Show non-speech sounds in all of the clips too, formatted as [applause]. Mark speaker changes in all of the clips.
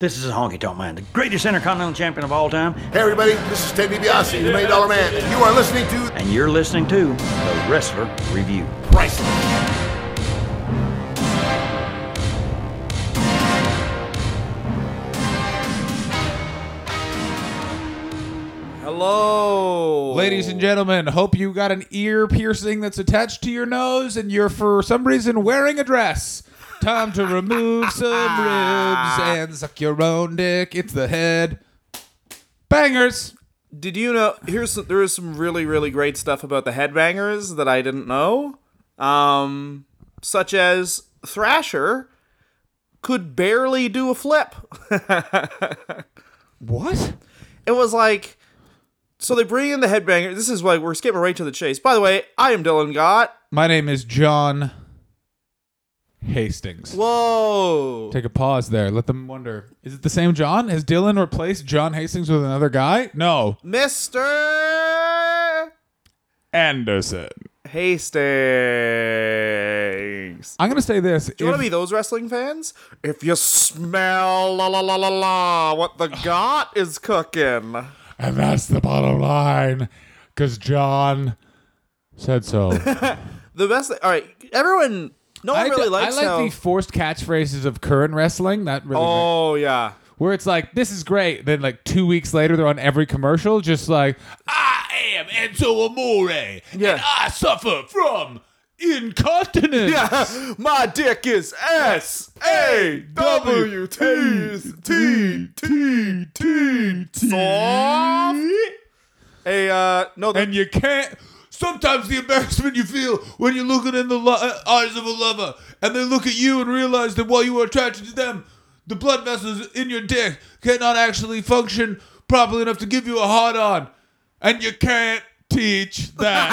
Speaker 1: This is a honky tonk man, the greatest intercontinental champion of all time,
Speaker 2: Hey, everybody, this is Ted DiBiase, the Million Dollar Man, and you are listening to
Speaker 1: and you're listening to the Wrestler Review.
Speaker 2: Priceless.
Speaker 3: Hello,
Speaker 4: Ladies and gentlemen, hope you got an ear piercing that's attached to your nose and you're for some reason wearing a dress. Time to remove some ribs and suck your own dick. It's the head. Bangers.
Speaker 3: Did you know? Here's some, there is some really really great stuff about the Headbangers that I didn't know, um, such as Thrasher could barely do a flip. [laughs]
Speaker 4: What?
Speaker 3: it was like so they bring in the headbanger this is why we're skipping right to the chase by the way i am dylan gott
Speaker 4: My name is John Hastings.
Speaker 3: whoa
Speaker 4: Take a pause there. Let them wonder. Is it the same John? Has Dylan replaced John Hastings with another guy? No.
Speaker 3: mr
Speaker 4: Anderson.
Speaker 3: hastings
Speaker 4: I'm going to say this.
Speaker 3: do you want
Speaker 4: If-
Speaker 3: to be those wrestling fans? If you smell la la la la la, what
Speaker 4: [sighs]
Speaker 3: the got is cooking.
Speaker 4: And that's the bottom line. Because John said so. [laughs]
Speaker 3: The best. All right, everyone. No one
Speaker 4: I,
Speaker 3: really
Speaker 4: d-
Speaker 3: likes
Speaker 4: I like
Speaker 3: how.
Speaker 4: the forced catchphrases of current wrestling. That really,
Speaker 3: oh yeah.
Speaker 4: where it's like, this is great. Then, like, two weeks later, they're on every commercial, just like, I am Enzo Amore.
Speaker 3: Yeah.
Speaker 4: And I suffer from incontinence. [laughs]
Speaker 3: Yeah, [laughs] my dick is S A W T T
Speaker 4: T, T, T.
Speaker 3: Hey, uh, no, the,
Speaker 4: and you can't. Sometimes the embarrassment you feel when you're looking in the lo- uh, eyes of a lover, and they look at you and realize that while you are attracted to them, the blood vessels in your dick cannot actually function properly enough to give you a hard on, and you can't teach that.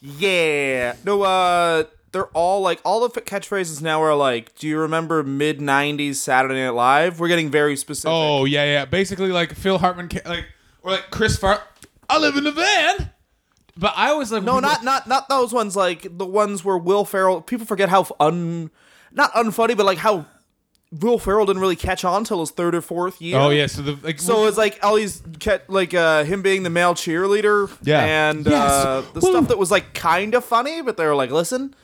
Speaker 3: yeah, no, uh, they're all like all the f- catchphrases now are like, do you remember mid '90s Saturday Night Live? We're getting very specific.
Speaker 4: oh yeah, yeah. Basically, like Phil Hartman, ca- like or like Chris Far. I live in a van, but I always like
Speaker 3: no, not not not those ones. Like the ones where Will Ferrell. People forget how f- un, not unfunny, but like how Will Ferrell didn't really catch on till his third or fourth year.
Speaker 4: Oh yeah, so the like
Speaker 3: So it's like all these ca- like uh, him being the male cheerleader,
Speaker 4: Yeah.
Speaker 3: and
Speaker 4: Yes.
Speaker 3: uh, the
Speaker 4: Woo.
Speaker 3: stuff that was like kind of funny, but they were like, "Listen,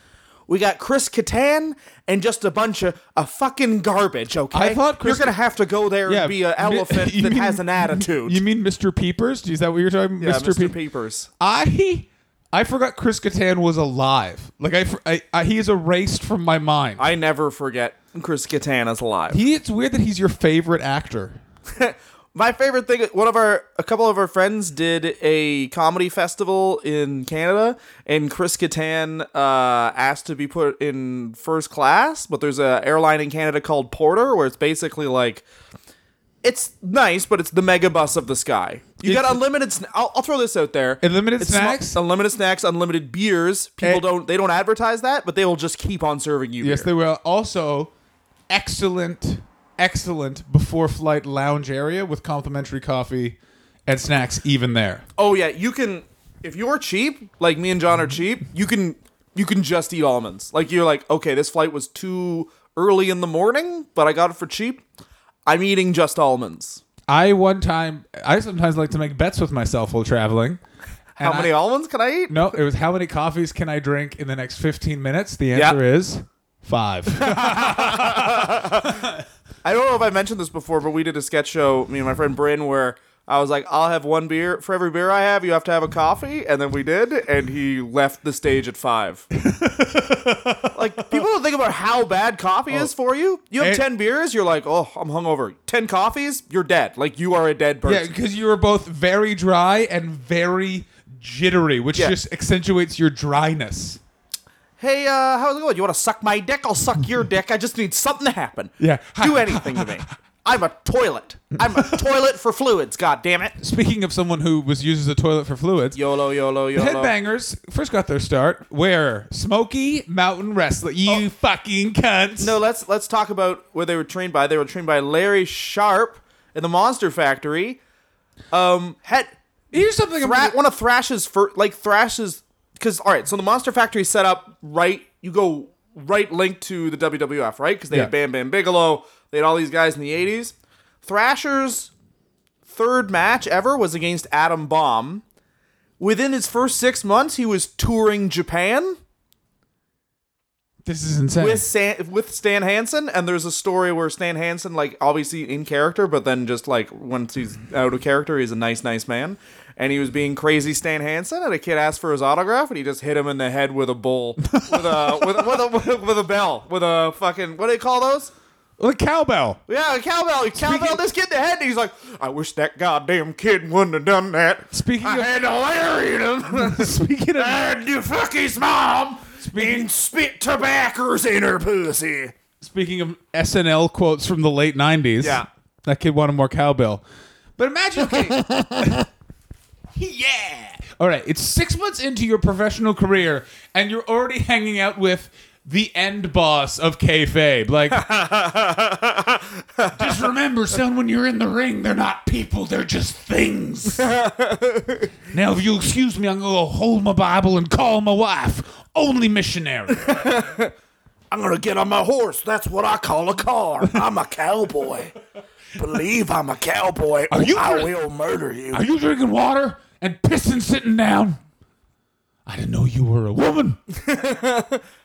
Speaker 3: we got Chris Kattan and just a bunch of a fucking garbage." Okay,
Speaker 4: I thought Chris-
Speaker 3: you're gonna have to go there and be an
Speaker 4: mi-
Speaker 3: elephant
Speaker 4: [laughs] you
Speaker 3: that
Speaker 4: mean-
Speaker 3: has an attitude.
Speaker 4: You mean Mr. Peepers? Is that what you're talking?
Speaker 3: yeah, Mr.
Speaker 4: Peep-
Speaker 3: Peepers.
Speaker 4: I I forgot Chris Kattan was alive. Like I, fr- I, I he is erased from my mind.
Speaker 3: I never forget Chris Kattan is alive.
Speaker 4: he, it's weird that he's your favorite actor.
Speaker 3: My favorite thing, one of our, a couple of our friends did a comedy festival in Canada, and Chris Kattan uh, asked to be put in first class. But there's a airline in Canada called Porter, where it's basically like, it's nice, but it's the mega bus of the sky. You got
Speaker 4: It's-
Speaker 3: unlimited. Sn- I'll, I'll throw this out there.
Speaker 4: Unlimited
Speaker 3: It's not-
Speaker 4: snacks?
Speaker 3: unlimited snacks, unlimited beers. People
Speaker 4: Eh.
Speaker 3: don't. They don't advertise that, but they will just keep on serving you.
Speaker 4: Yes,
Speaker 3: beer.
Speaker 4: they were also excellent, excellent before flight lounge area with complimentary coffee and snacks even there.
Speaker 3: Oh yeah, you can. If you're cheap, like me and John are cheap, you can you can just eat almonds. Like you're like, okay, this flight was too early in the morning, but I got it for cheap. I'm eating just almonds.
Speaker 4: I one time I sometimes like to make bets with myself while traveling.
Speaker 3: How
Speaker 4: And
Speaker 3: many
Speaker 4: I-
Speaker 3: almonds can I eat?
Speaker 4: No, it was how many coffees can I drink in the next 15 minutes? The answer is five. [laughs]
Speaker 3: I don't know if I mentioned this before, but we did a sketch show, me and my friend Bryn, where I was like, I'll have one beer for every beer I have. You have to have a coffee, and then we did, and he left the stage
Speaker 4: [laughs]
Speaker 3: at five. like people don't think about how bad coffee is for you. You have
Speaker 4: And-
Speaker 3: ten beers, you're like, oh, I'm hungover. Ten coffees, you're dead. Like you are a dead
Speaker 4: Yeah,
Speaker 3: person.
Speaker 4: because you were both very dry and very jittery, which
Speaker 3: Yeah.
Speaker 4: just accentuates your dryness.
Speaker 3: Hey, uh, how's it going? You want to suck my dick? I'll suck your dick. I just need something to happen.
Speaker 4: Yeah. [laughs]
Speaker 3: do anything to me. I'm a toilet. I'm a toilet for fluids. God damn it.
Speaker 4: Speaking of someone who was used as a toilet for fluids,
Speaker 3: Yolo, yolo, yolo.
Speaker 4: Headbangers first got their start where Smoky Mountain Wrestling. You fucking cunts.
Speaker 3: Oh. No, let's let's talk about where they were trained by. They were trained by Larry Sharp in the Monster Factory. Um, had
Speaker 4: here's something. I'm
Speaker 3: Thra-
Speaker 4: gonna-
Speaker 3: one of Thrash's first, like Thrash's, because all right, so the Monster Factory set up right. You go right linked to the WWF, right? Because they
Speaker 4: Yeah.
Speaker 3: had Bam Bam Bigelow, they had all these guys in the '80s. Thrasher's third match ever was against Adam Bomb. Within his first six months, he was touring Japan
Speaker 4: This is insane.
Speaker 3: with San, with Stan Hansen, and there's a story where Stan Hansen, like obviously in character, but then just like once he's out of character, he's a nice, nice man. And he was being crazy Stan Hansen, and a kid asked for his autograph, and he just hit him in the head with a bull, with
Speaker 4: [laughs]
Speaker 3: a with, a- with a with a, with a bell, with a fucking what do they call those?
Speaker 4: Like cowbell.
Speaker 3: Yeah, a cowbell. He cowbell this kid in the head, and he's like, "I wish that goddamn kid wouldn't have done that."
Speaker 4: Speaking
Speaker 3: I
Speaker 4: of-
Speaker 3: had to lariat
Speaker 4: [laughs]
Speaker 3: him.
Speaker 4: Speaking of
Speaker 3: and you fuck his mom and spit tobaccos in her pussy.
Speaker 4: Speaking of SNL quotes from the late '90s,
Speaker 3: Yeah.
Speaker 4: that kid wanted more cowbell. But imagine, [laughs]
Speaker 3: [laughs]
Speaker 4: okay, yeah. All right, it's six months into your professional career, and you're already hanging out with the end boss of kayfabe. Like, just remember, son, when you're in the ring, they're not people; they're
Speaker 5: [laughs]
Speaker 4: just things. now, if you'll excuse me, I'm gonna go hold my Bible and call my wife. Only missionary.
Speaker 5: [laughs] I'm gonna get on my horse. That's what I call a car. I'm a cowboy. Believe I'm a cowboy, or
Speaker 4: you
Speaker 5: I
Speaker 4: really-
Speaker 5: will murder you.
Speaker 4: Are you drinking water and pissing sitting down? I didn't know you were a woman.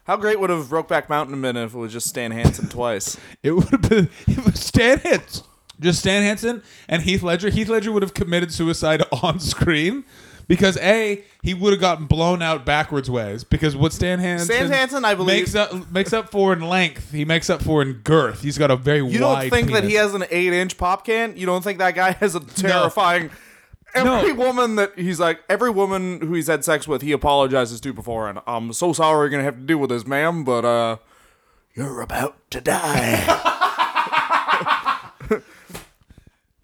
Speaker 3: How great would have Brokeback Mountain been if it was just Stan Hansen twice?
Speaker 4: It would have been [laughs] it was Stan Hansen. Just Stan Hansen and Heath Ledger. Heath Ledger would have committed suicide [laughs] on screen because A, he would have gotten blown out backwards ways. Because what Stan Hansen,
Speaker 3: Stan Hansen, I believe-
Speaker 4: makes up makes up for in length. He makes up for in girth. He's got a very wide
Speaker 3: You don't think that
Speaker 4: penis.
Speaker 3: he has an eight-inch pop can? You don't think that guy has a terrifying? Every woman that he's like, every woman who he's had sex with, he apologizes to before, and I'm so sorry you're gonna have to deal with this, ma'am, but uh,
Speaker 5: You're about to die.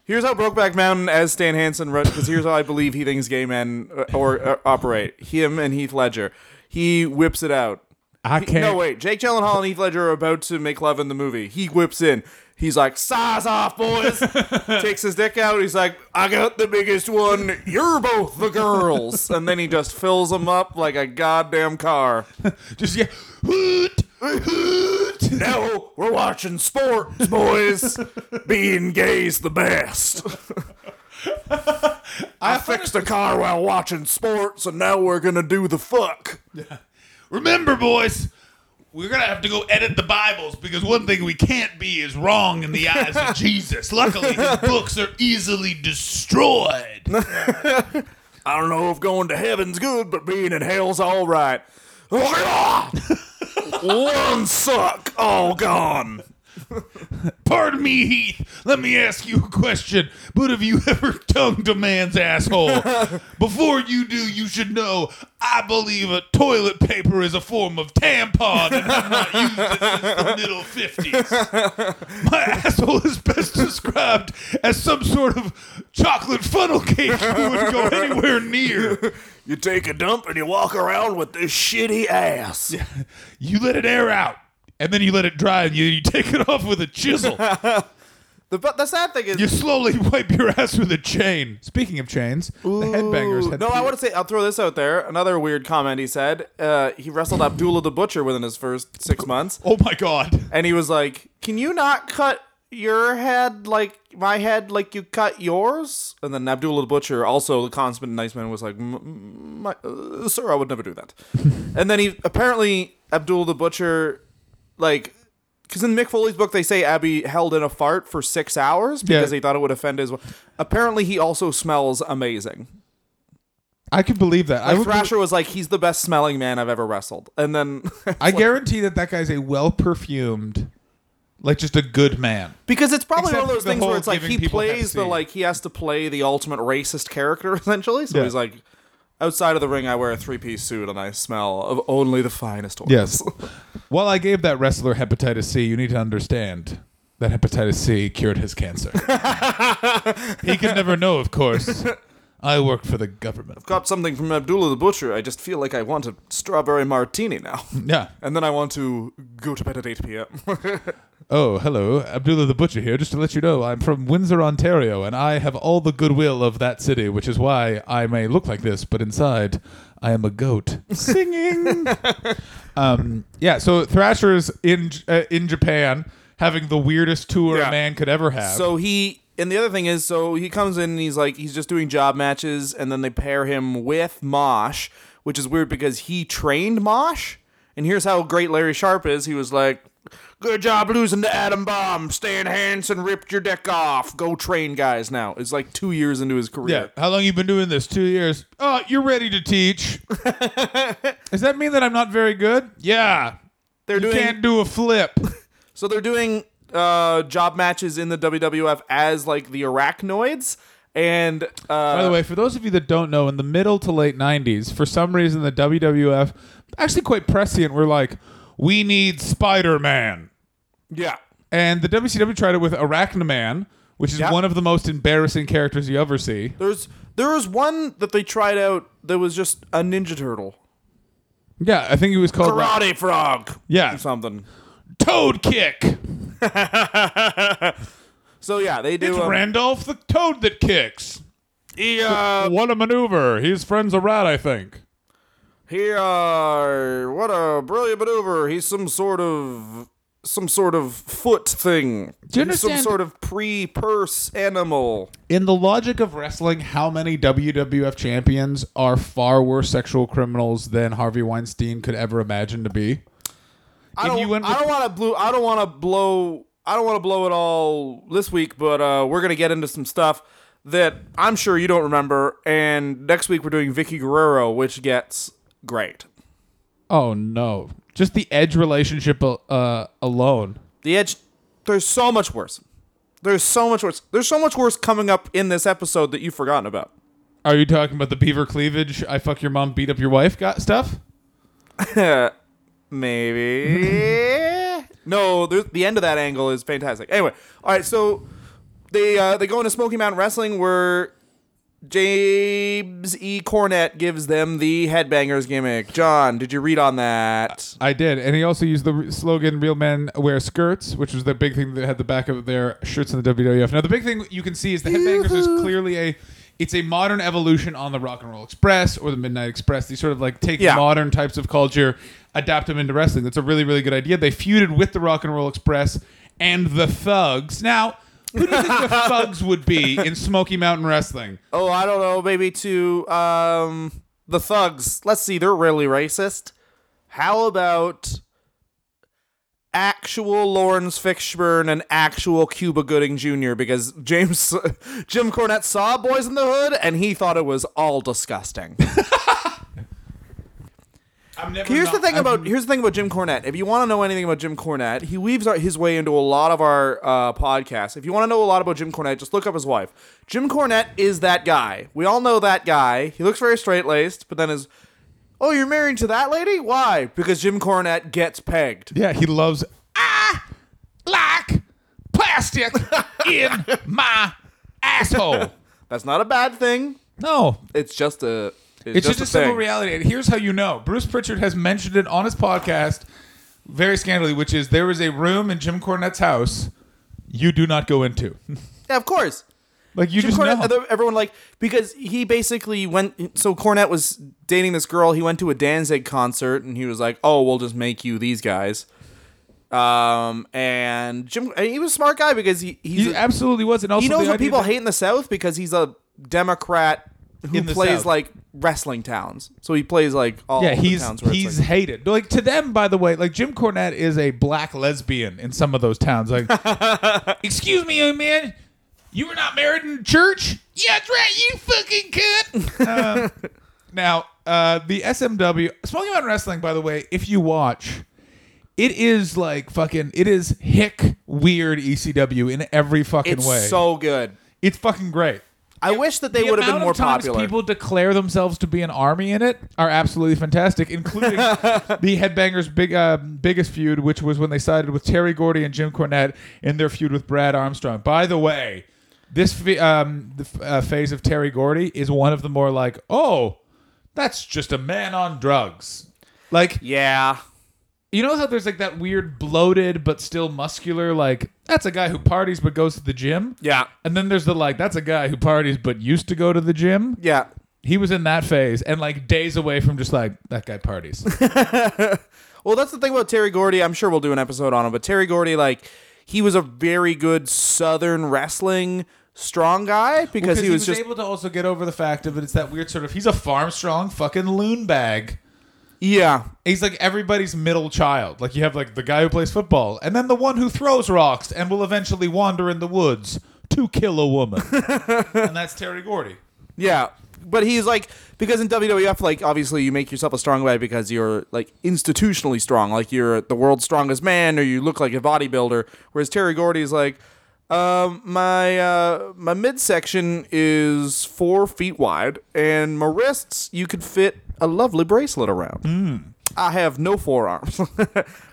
Speaker 3: Here's how Brokeback Mountain as Stan Hansen wrote, because here's how I believe he thinks gay men uh, or uh, operate. Him and Heath Ledger, he whips it out.
Speaker 4: I can't
Speaker 3: No wait, Jake Gyllenhaal and Heath Ledger are about to make love in the movie. He whips in. He's like, "Size off,
Speaker 4: [laughs]
Speaker 3: boys." Takes his dick out. He's like, "I got the biggest one. You're both the girls." and then he just fills them up like a goddamn car.
Speaker 4: just yeah. Hoot, hoot.
Speaker 3: now we're watching sports, boys. Being gay's the [laughs] best.
Speaker 5: I fixed the car while watching sports, and now we're gonna do the fuck.
Speaker 4: Remember, boys, we're gonna have to go edit the Bibles because one thing we can't be is wrong in the eyes
Speaker 3: [laughs]
Speaker 4: of Jesus. Luckily, his books are easily destroyed.
Speaker 5: I don't know if going to heaven's good, but being in hell's all right. [laughs] One suck, all gone.
Speaker 4: Pardon me, Heath. Let me ask you a question. But have you [laughs] ever tongued a man's asshole? Before you do, you should know I believe a toilet paper is a form of tampon and I've not used it since the middle 50s. My [laughs] asshole is best described as some sort of chocolate funnel cake you wouldn't go anywhere near. [laughs]
Speaker 5: You take a dump and you walk around with this shitty ass.
Speaker 4: You let it air out. And then you let it dry and you, you take it off with a chisel.
Speaker 3: The, but the sad thing is,
Speaker 4: You slowly [laughs] wipe your ass with a chain. Speaking of chains, the headbangers had
Speaker 3: No, I want to say I'll throw this out there. Another weird comment he said. Uh, he wrestled Abdullah the Butcher within his first six months,
Speaker 4: Oh my god.
Speaker 3: and he was like, "Can you not cut your head like my head like you cut yours?" And then Abdullah the Butcher, also the consummate nice man, was like, "M- m- my, uh, "Sir, I would never do that."
Speaker 4: [laughs]
Speaker 3: and then he apparently Abdullah the Butcher, like. Because in Mick Foley's book, they say Abby held in a fart for six hours because
Speaker 4: Yeah.
Speaker 3: he thought it would offend his. Apparently, he also smells amazing.
Speaker 4: I can believe that. I, would
Speaker 3: Thrasher was like, he's the best smelling man I've ever wrestled. And then,
Speaker 4: [laughs] I guarantee that that guy's a well perfumed, like just a good man.
Speaker 3: [laughs] because it's probably
Speaker 4: Except
Speaker 3: one of
Speaker 4: for
Speaker 3: those
Speaker 4: the
Speaker 3: things where
Speaker 4: whole
Speaker 3: it's like he
Speaker 4: giving people
Speaker 3: plays the,
Speaker 4: Hep C.
Speaker 3: like, he has to play the ultimate racist character, [laughs] essentially. So
Speaker 4: Yeah.
Speaker 3: he's like, outside of the ring, I wear a three piece suit and I smell of only the finest oils.
Speaker 4: [laughs] While I gave that wrestler hepatitis C, you need to understand that
Speaker 3: [laughs]
Speaker 4: hepatitis C cured his cancer. he could never know, of course. I work for the government.
Speaker 3: Got something from Abdullah the Butcher. I just feel like I want a strawberry martini now. [laughs]
Speaker 4: Yeah.
Speaker 3: And then I want to go to bed at 8 p.m. [laughs]
Speaker 4: Oh, hello. Abdullah the Butcher here. Just to let you know, I'm from Windsor, Ontario, and I have all the goodwill of that city, which is why I may look like this, but inside, I am a goat. Singing. [laughs] um, yeah, so Thrasher's in, uh, in Japan having the weirdest tour
Speaker 3: Yeah.
Speaker 4: a man could ever have.
Speaker 3: so he. And the other thing is, so he comes in and he's like, he's just doing job matches, and then they pair him with Mosh, which is weird because he trained Mosh. And here's how great Larry Sharp is. He was like, Good job losing to Adam Bomb. Stan Hansen ripped your dick off. Go train guys now. It's like two years into his
Speaker 4: yeah.
Speaker 3: career.
Speaker 4: How long you been doing this? Two years. Oh, you're ready to
Speaker 3: [laughs]
Speaker 4: teach. Does that mean that I'm not very good? Yeah.
Speaker 3: They're
Speaker 4: You
Speaker 3: doing
Speaker 4: can't do a flip.
Speaker 3: So they're doing uh, job matches in the WWF as like the arachnoids, and uh,
Speaker 4: By the way, for those of you that don't know, in the middle to late 90s, for some reason, the WWF, actually quite prescient, were like, we need Spider Man.
Speaker 3: yeah,
Speaker 4: And the WCW tried it with Arachnaman, which is
Speaker 3: Yeah.
Speaker 4: one of the most embarrassing characters you ever see.
Speaker 3: there's there was one that they tried out that was just a Ninja Turtle,
Speaker 4: Yeah, I think he was called like,
Speaker 3: Karate Frog,
Speaker 4: yeah,
Speaker 3: or something.
Speaker 4: Toad Kick.
Speaker 3: So yeah, they do.
Speaker 4: It's
Speaker 3: um,
Speaker 4: Randolph the Toad that kicks.
Speaker 3: he uh,
Speaker 4: what a maneuver. His friend's a rat, I think.
Speaker 3: he uh, what a brilliant maneuver! He's some sort of some sort of foot
Speaker 4: Do
Speaker 3: thing.
Speaker 4: you
Speaker 3: He's
Speaker 4: understand-
Speaker 3: Some sort of pre-purse animal.
Speaker 4: in the logic of wrestling, how many WWF champions are far worse sexual criminals than Harvey Weinstein could ever imagine to be?
Speaker 3: I
Speaker 4: If
Speaker 3: don't,
Speaker 4: you went
Speaker 3: I
Speaker 4: with-
Speaker 3: don't want to blow. I don't want to blow. I don't want to blow it all this week, but uh, we're gonna get into some stuff that I'm sure you don't remember. And next week we're doing Vicky Guerrero, which gets great.
Speaker 4: Oh no! Just the Edge relationship uh, alone.
Speaker 3: The Edge. There's so much worse. There's so much worse. There's so much worse coming up in this episode that you've forgotten about.
Speaker 4: Are you talking about the beaver cleavage? I fuck your mom, beat up your wife, got stuff.
Speaker 3: [laughs] Maybe. no, the, the end of that angle is fantastic. Anyway, all right, so they uh, they go into Smoky Mountain Wrestling where James E. Cornett gives them the headbangers gimmick. John, did you read on that?
Speaker 4: I did, and he also used the re- slogan "Real men wear skirts," which was the big thing that had the back of their shirts in the WWF. Now, the big thing you can see is the headbangers is clearly a it's a modern evolution on the Rock and Roll Express or the Midnight Express. These sort of like take
Speaker 3: Yeah.
Speaker 4: modern types of culture, adapt them into wrestling. That's a really really good idea. They feuded with the Rock and Roll Express and the Thugs. Now, who do you
Speaker 3: [laughs]
Speaker 4: think the Thugs would be in Smoky Mountain Wrestling?
Speaker 3: Oh, I don't know, maybe to um the thugs. Let's see, they're really racist. How about actual Lawrence Fishburne and actual Cuba Gooding Jr. because James [laughs] Jim Cornette saw Boys in the Hood and he thought it was all disgusting.
Speaker 4: I'm never
Speaker 3: Here's
Speaker 4: not-
Speaker 3: the thing
Speaker 4: I'm-
Speaker 3: about here's the thing about Jim Cornette. If you want to know anything about Jim Cornette, he weaves our, his way into a lot of our uh, podcasts. If you want to know a lot about Jim Cornette, just look up his wife. Jim Cornette is that guy. We all know that guy. He looks very straight laced, but then is, oh, you're married to that lady? Why? Because Jim Cornette gets pegged.
Speaker 4: Yeah, he loves I like plastic in [laughs] my asshole.
Speaker 3: That's not a bad thing.
Speaker 4: No,
Speaker 3: It's just a. It's,
Speaker 4: it's
Speaker 3: just,
Speaker 4: just, a simple
Speaker 3: thing.
Speaker 4: reality. And here's how you know: Bruce Pritchard has mentioned it on his podcast very scandally, which is there is a room in Jim Cornette's house you do not go into.
Speaker 3: Yeah, of course.
Speaker 4: like you
Speaker 3: Jim
Speaker 4: just
Speaker 3: Cornette,
Speaker 4: know.
Speaker 3: other- everyone like because he basically went. So Cornette was dating this girl. He went to a Danzig concert and he was like, "Oh, we'll just make you these guys." Um, and Jim, and he was a smart guy because he he's
Speaker 4: He
Speaker 3: a,
Speaker 4: absolutely was, and also
Speaker 3: he knows
Speaker 4: the
Speaker 3: what
Speaker 4: idea
Speaker 3: people
Speaker 4: that-
Speaker 3: hate in the South because he's a Democrat who
Speaker 4: In the
Speaker 3: plays
Speaker 4: South.
Speaker 3: like wrestling towns. So he plays like all
Speaker 4: Yeah,
Speaker 3: the
Speaker 4: he's
Speaker 3: towns where it's,
Speaker 4: he's
Speaker 3: like-
Speaker 4: hated. Like to them, by the way, like Jim Cornette is a black lesbian in some of those towns.
Speaker 3: [laughs]
Speaker 4: Like, excuse me, young man, you were not married in church? Yeah, that's right. You fucking cunt.
Speaker 3: [laughs]
Speaker 4: Uh, now, uh, the SMW Smoky Mountain Wrestling, by the way, if you watch, it is like fucking. It is hick weird ECW in every fucking
Speaker 3: it's
Speaker 4: way.
Speaker 3: so good.
Speaker 4: it's fucking great.
Speaker 3: I wish that they would have
Speaker 4: amount
Speaker 3: been more
Speaker 4: of times
Speaker 3: popular.
Speaker 4: People declare themselves to be an army in it are absolutely fantastic,
Speaker 3: [laughs]
Speaker 4: including the Headbangers' big uh, biggest feud, which was when they sided with Terry Gordy and Jim Cornette in their feud with Brad Armstrong. By the way, This ph- um, the f- uh, phase of Terry Gordy is one of the more like, oh, that's just a man on drugs. Like
Speaker 3: Yeah.
Speaker 4: you know how there's like that weird bloated but still muscular like that's a guy who parties but goes to the gym.
Speaker 3: Yeah.
Speaker 4: And then there's the like that's a guy who parties but used to go to the gym.
Speaker 3: Yeah.
Speaker 4: He was in that phase and like days away from just like that guy
Speaker 3: [laughs]
Speaker 4: parties.
Speaker 3: Well, that's the thing about Terry Gordy. I'm sure we'll do an episode on him, but Terry Gordy, like, he was a very good Southern wrestling strong guy because he, was just
Speaker 4: able to also get over the fact of it. It's that weird sort of he's a farm strong fucking loon bag.
Speaker 3: yeah.
Speaker 4: He's like everybody's middle child. Like you have like the guy who plays football, and then the one who throws rocks and will eventually wander in the woods to kill a
Speaker 3: [laughs]
Speaker 4: woman. and that's Terry Gordy.
Speaker 3: Yeah, but he's like because in WWF, like obviously you make yourself a strong guy because you're like institutionally strong, like you're the world's strongest man, or you look like a bodybuilder. Whereas Terry Gordy's like, um, my uh, my midsection is four feet wide, and my wrists you could fit a lovely bracelet around. I have no forearms. [laughs]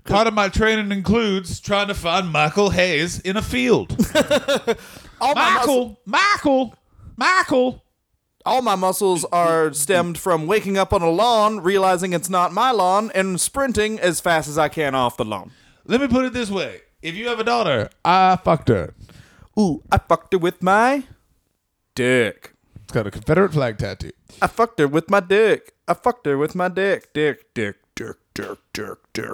Speaker 4: Part of my training includes trying to find Michael Hayes in a
Speaker 3: [laughs]
Speaker 4: field.
Speaker 3: all,
Speaker 4: Ah,
Speaker 3: my muscle,
Speaker 4: Michael, Michael, Michael.
Speaker 3: all my muscles are stemmed from waking up on a lawn, realizing it's not my lawn, and sprinting as fast as I can off the lawn.
Speaker 4: Let me put it this way: if you have a daughter, I fucked her.
Speaker 3: Ooh, I fucked her with my dick.
Speaker 4: It's got a Confederate flag tattoo.
Speaker 3: I fucked her with my dick. I fucked her with my dick. Dick, dick, dick, dick, dick, dick.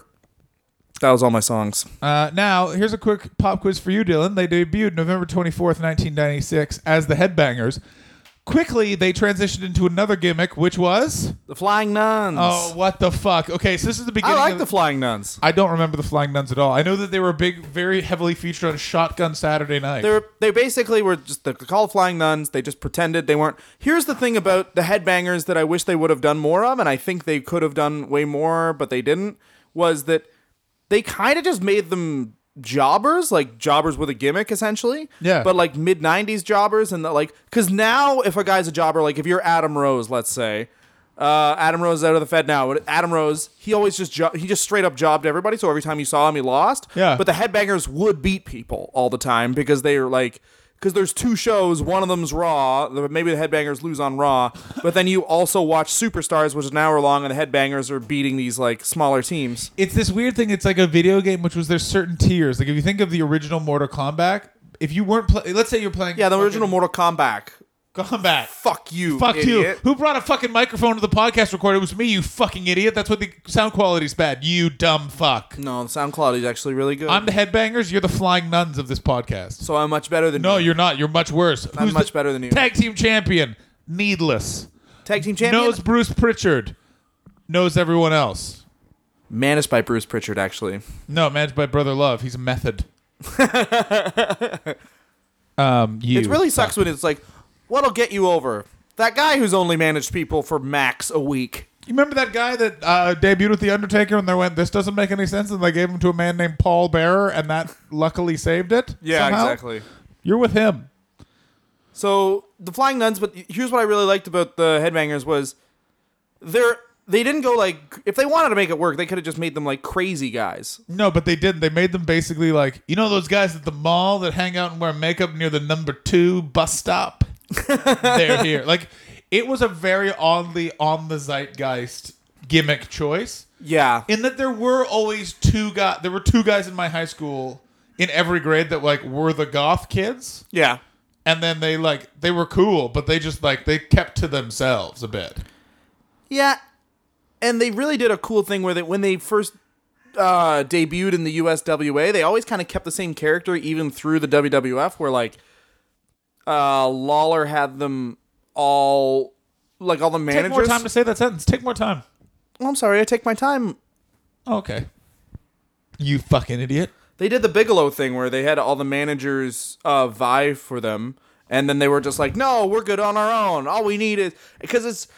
Speaker 3: That was all my songs.
Speaker 4: Uh, now, here's a quick pop quiz for you, Dylan. They debuted November 24th, 1996, as the Headbangers. Quickly, they transitioned into another gimmick, which was.
Speaker 3: The Flying Nuns.
Speaker 4: Oh, what the fuck? Okay, so this is the
Speaker 3: I
Speaker 4: beginning.
Speaker 3: like
Speaker 4: of
Speaker 3: the Flying Nuns.
Speaker 4: I don't remember the Flying Nuns at all. I know that they were big, very heavily featured on Shotgun Saturday Night.
Speaker 3: They were, they basically were just the called Flying Nuns. They just pretended they weren't. Here's the thing about the headbangers that I wish they would have done more of, and I think they could have done way more, but they didn't. Was that they kind of just made them jobbers, like jobbers with a gimmick, essentially.
Speaker 4: Yeah.
Speaker 3: But like mid '90s jobbers, and the, like, because now if a guy's a jobber, like if you're Adam Rose, let's say. Uh, Adam Rose is out of the Fed now. but Adam Rose, he always just jo- he just straight up jobbed everybody. So every time you saw him, he lost.
Speaker 4: Yeah.
Speaker 3: But the headbangers would beat people all the time because they are like because there's two shows. One of them's Raw. the- Maybe the headbangers lose on Raw, but then you also watch Superstars, which is an hour long, and the headbangers are beating these like smaller teams.
Speaker 4: it's this weird thing. It's like a video game, which was there's certain tiers. Like if you think of the original Mortal Kombat, if you weren't playing, let's say you're playing.
Speaker 3: Yeah, the
Speaker 4: fucking
Speaker 3: original Mortal Kombat.
Speaker 4: Kombat.
Speaker 3: Fuck you.
Speaker 4: Fuck
Speaker 3: idiot.
Speaker 4: you. Who brought a fucking microphone to the podcast recorder? It was me, you fucking idiot. That's what the sound quality's bad. You dumb fuck.
Speaker 3: No, the sound quality is actually really good.
Speaker 4: I'm the headbangers. You're the flying nuns of this podcast.
Speaker 3: so I'm much better than
Speaker 4: No,
Speaker 3: you.
Speaker 4: you're not. You're much worse.
Speaker 3: I'm
Speaker 4: Who's
Speaker 3: much
Speaker 4: the
Speaker 3: better than you.
Speaker 4: Tag team champion. Needless.
Speaker 3: Tag team champion.
Speaker 4: Knows Bruce Pritchard. Knows everyone else.
Speaker 3: Managed by Bruce Pritchard, actually.
Speaker 4: No, managed by Brother Love. He's a
Speaker 3: [laughs]
Speaker 4: method. um, you.
Speaker 3: It really sucks when it's like, what'll get you over? That guy who's only managed people for max a week.
Speaker 4: You remember that guy that uh, debuted with The Undertaker and they went, this doesn't make any sense, and they gave him to a man named Paul Bearer, and that luckily saved it? somehow? You're with him.
Speaker 3: So the flying nuns, but here's what I really liked about the headbangers was they're they didn't go like if they wanted to make it work, they could have just made them like crazy guys.
Speaker 4: No, but they didn't. They made them basically like you know those guys at the mall that hang out and wear makeup near the number two bus stop. They're here. Like it was a very oddly on the zeitgeist gimmick choice.
Speaker 3: Yeah.
Speaker 4: In that there were always two guys. There were two guys in my high school in every grade that like were the goth kids,
Speaker 3: Yeah.
Speaker 4: and then they like they were cool, but they just like they kept to themselves a bit.
Speaker 3: Yeah. And they really did a cool thing where they when they first uh, debuted in the USWA, they always kind of kept the same character even through the WWF, where like uh, Lawler had them all like all the managers.
Speaker 4: Take more time to say that sentence. Take more time.
Speaker 3: Oh, I'm sorry, I take my time.
Speaker 4: Oh, okay. You fucking idiot.
Speaker 3: They did the Bigelow thing where they had all the managers uh, vie for them, and then they were just like, "No, we're good on our own. All we need is because it's."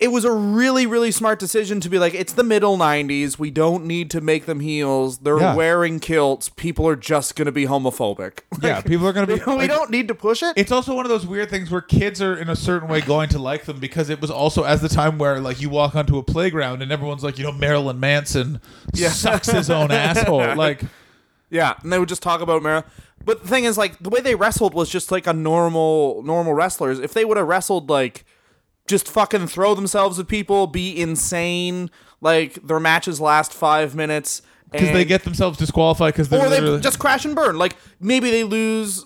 Speaker 3: It was a really, really smart decision to be like, it's the middle '90s. We don't need to make them heels. They're
Speaker 4: Yeah.
Speaker 3: wearing kilts. People are just gonna be homophobic.
Speaker 4: Yeah, people are gonna be.
Speaker 3: [laughs] we
Speaker 4: like-
Speaker 3: don't need to push it.
Speaker 4: It's also one of those weird things where kids are in a certain way going to like them because it was also as the time where like you walk onto a playground and everyone's like, you know, Marilyn
Speaker 3: [laughs]
Speaker 4: Manson sucks his own asshole. Like
Speaker 3: yeah, and they would just talk about Mara. But the thing is, like the way they wrestled was just like a normal normal wrestlers. If they would have wrestled like just fucking throw themselves at people, be insane, like their matches last five minutes
Speaker 4: because they
Speaker 3: and-
Speaker 4: get themselves disqualified because they're
Speaker 3: or they
Speaker 4: literally-
Speaker 3: just crash and burn. Like maybe they lose,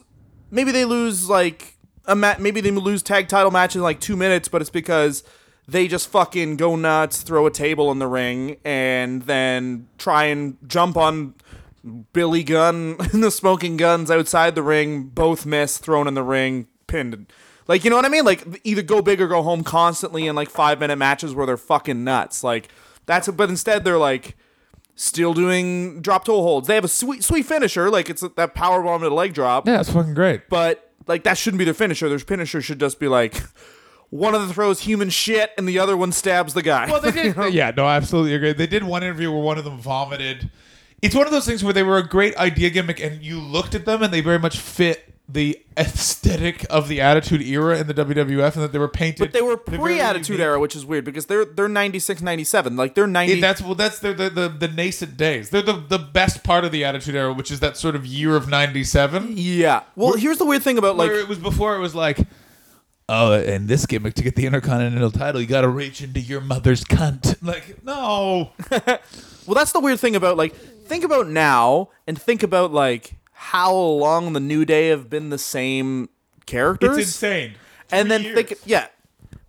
Speaker 3: maybe they lose like a ma- maybe they lose tag title match in like two minutes, but it's because they just fucking go nuts, throw a table in the ring, and then try and jump on Billy Gunn [laughs] and the smoking guns outside the ring. Both miss, thrown in the ring, pinned. Like you know what I mean? Like either go big or go home constantly in like five minute matches where they're fucking nuts. Like that's but instead they're like still doing drop toe holds. They have a sweet sweet finisher, like it's that power bomb to the leg drop.
Speaker 4: yeah, it's fucking great.
Speaker 3: But like that shouldn't be their finisher. Their finisher should just be like one of them throws human shit and the other one stabs the
Speaker 4: [laughs]
Speaker 3: guy.
Speaker 4: Well, they did. yeah, no, I absolutely agree. They did one interview where one of them vomited. It's one of those things where they were a great idea gimmick, and you looked at them, and they very much fit the aesthetic of the Attitude Era in the WWF, and that they were painted.
Speaker 3: but they were
Speaker 4: they're very
Speaker 3: pre-attitude
Speaker 4: unique.
Speaker 3: era, which is weird because they're they're 96 97. Like they're 90
Speaker 4: It- that's well, that's the, the the the nascent days. They're the the best part of the Attitude Era, which is that sort of year of '97,
Speaker 3: Yeah. Well, here's the weird thing about like
Speaker 4: where it was before it was like. Oh, and this gimmick to get the Intercontinental title, you gotta reach into your mother's cunt. Like, no.
Speaker 3: Well, that's the weird thing about like think about now and think about like how long the New Day have been the same characters.
Speaker 4: It's insane.
Speaker 3: and then
Speaker 4: Three
Speaker 3: think
Speaker 4: years.
Speaker 3: yeah.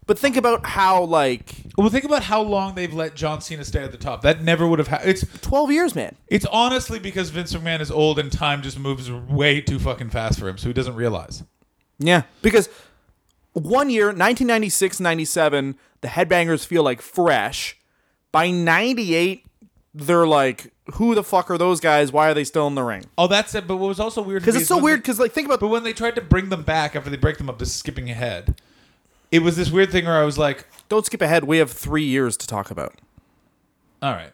Speaker 3: But think about how like
Speaker 4: Well, think about how long they've let John Cena stay at the top. That never would have happened. It's
Speaker 3: 12 years, man.
Speaker 4: it's honestly because Vince McMahon is old and time just moves way too fucking fast for him, so he doesn't realize.
Speaker 3: Yeah. Because one year, 1996 97, the headbangers feel like fresh. By 98, they're like, who the fuck are those guys? Why are they still in the ring?
Speaker 4: Oh, that's it. But what was also weird to
Speaker 3: Because
Speaker 4: me
Speaker 3: it's
Speaker 4: is
Speaker 3: so
Speaker 4: when
Speaker 3: weird.
Speaker 4: They,
Speaker 3: Because, like, think about
Speaker 4: but when they tried to bring them back after they break them up, this is skipping ahead. It was this weird thing where I was like,
Speaker 3: don't skip ahead. We have three years to talk about.
Speaker 4: "All right,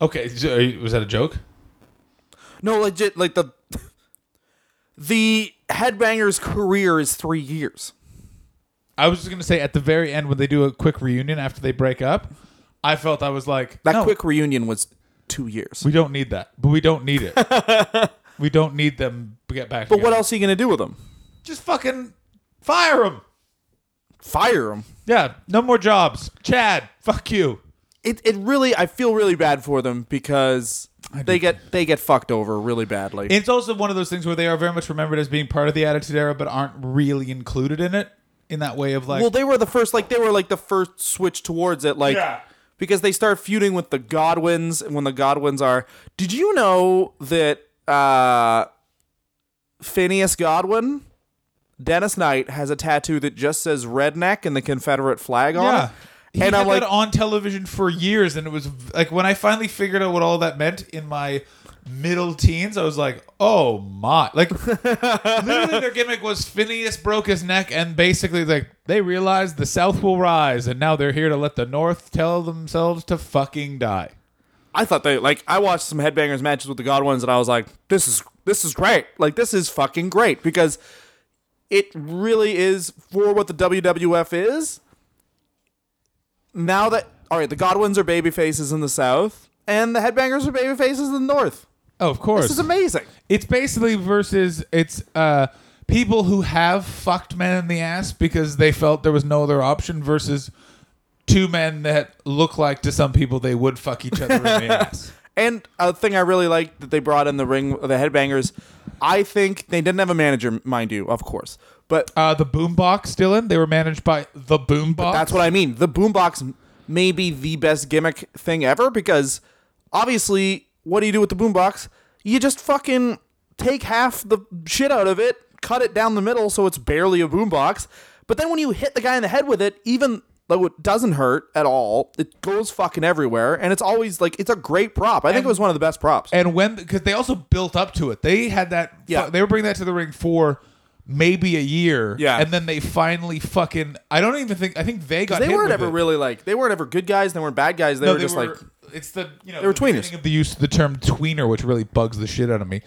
Speaker 4: okay." so are you- Was that a joke?
Speaker 3: No, legit, like the the headbanger's career is three years.
Speaker 4: I was just gonna say at the very end when they do a quick reunion after they break up, I felt I was like,
Speaker 3: That
Speaker 4: "No,
Speaker 3: quick reunion was two years.
Speaker 4: We don't need that, but we don't need it.
Speaker 3: [laughs]
Speaker 4: we don't need them to get back.
Speaker 3: But what else are you gonna do with them?
Speaker 4: Just fucking fire them.
Speaker 3: Fire them.
Speaker 4: Yeah, no more jobs. Chad, fuck you.
Speaker 3: It it really, I feel really bad for them because they
Speaker 4: do
Speaker 3: get they get fucked over really badly.
Speaker 4: It's also one of those things where they are very much remembered as being part of the Attitude Era, but aren't really included in it in that way of like.
Speaker 3: well, they were the first, like they were like the first switch towards it, like.
Speaker 4: Yeah.
Speaker 3: Because they start feuding with the Godwins, and when the Godwins are, did you know that uh, Phineas Godwin, Dennis Knight, has a tattoo that just says "redneck" and the Confederate flag on
Speaker 4: yeah.
Speaker 3: it?
Speaker 4: He
Speaker 3: And
Speaker 4: had
Speaker 3: I'm like,
Speaker 4: that on television for years, and it was like when I finally figured out what all that meant in my middle teens, I was like, "Oh my!" Like [laughs] literally, their gimmick was Phineas broke his neck, and basically, like they realized the South will rise, and now they're here to let the North tell themselves to fucking die.
Speaker 3: I thought they like I watched some headbangers matches with the Godwins and I was like, this is this is great. Like this is fucking great because it really is for what the WWF is. Now that all right, the Godwins are baby faces in the South and the headbangers are baby faces in the North.
Speaker 4: Oh, of course,
Speaker 3: This is amazing.
Speaker 4: It's basically versus it's uh people who have fucked men in the ass because they felt there was no other option versus two men that look like to some people they would fuck each other in the
Speaker 3: [laughs]
Speaker 4: ass.
Speaker 3: And a thing I really liked that they brought in the ring the headbangers, I think they didn't have a manager, mind you, of course. But
Speaker 4: Uh, the boombox still in. They were managed by the boombox.
Speaker 3: That's what I mean. The boombox may be the best gimmick thing ever because obviously, what do you do with the boombox? You just fucking take half the shit out of it, cut it down the middle so it's barely a boombox. But then when you hit the guy in the head with it, even though it doesn't hurt at all, it goes fucking everywhere. And it's always like, it's a great prop. I think it was one of the best props.
Speaker 4: and when because they also built up to it. They had that.
Speaker 3: Yeah.
Speaker 4: They were bringing that to the ring for maybe a year.
Speaker 3: Yeah.
Speaker 4: And then they finally fucking. I don't even think. I think they got.
Speaker 3: they
Speaker 4: hit
Speaker 3: weren't
Speaker 4: with
Speaker 3: ever
Speaker 4: it.
Speaker 3: really like, they weren't ever good guys. They weren't bad guys. They
Speaker 4: No,
Speaker 3: were
Speaker 4: they
Speaker 3: just
Speaker 4: were-
Speaker 3: like,
Speaker 4: it's the you know
Speaker 3: they were
Speaker 4: the
Speaker 3: tweeners.
Speaker 4: beginning Of the use of the term tweener, which really bugs the shit out of me,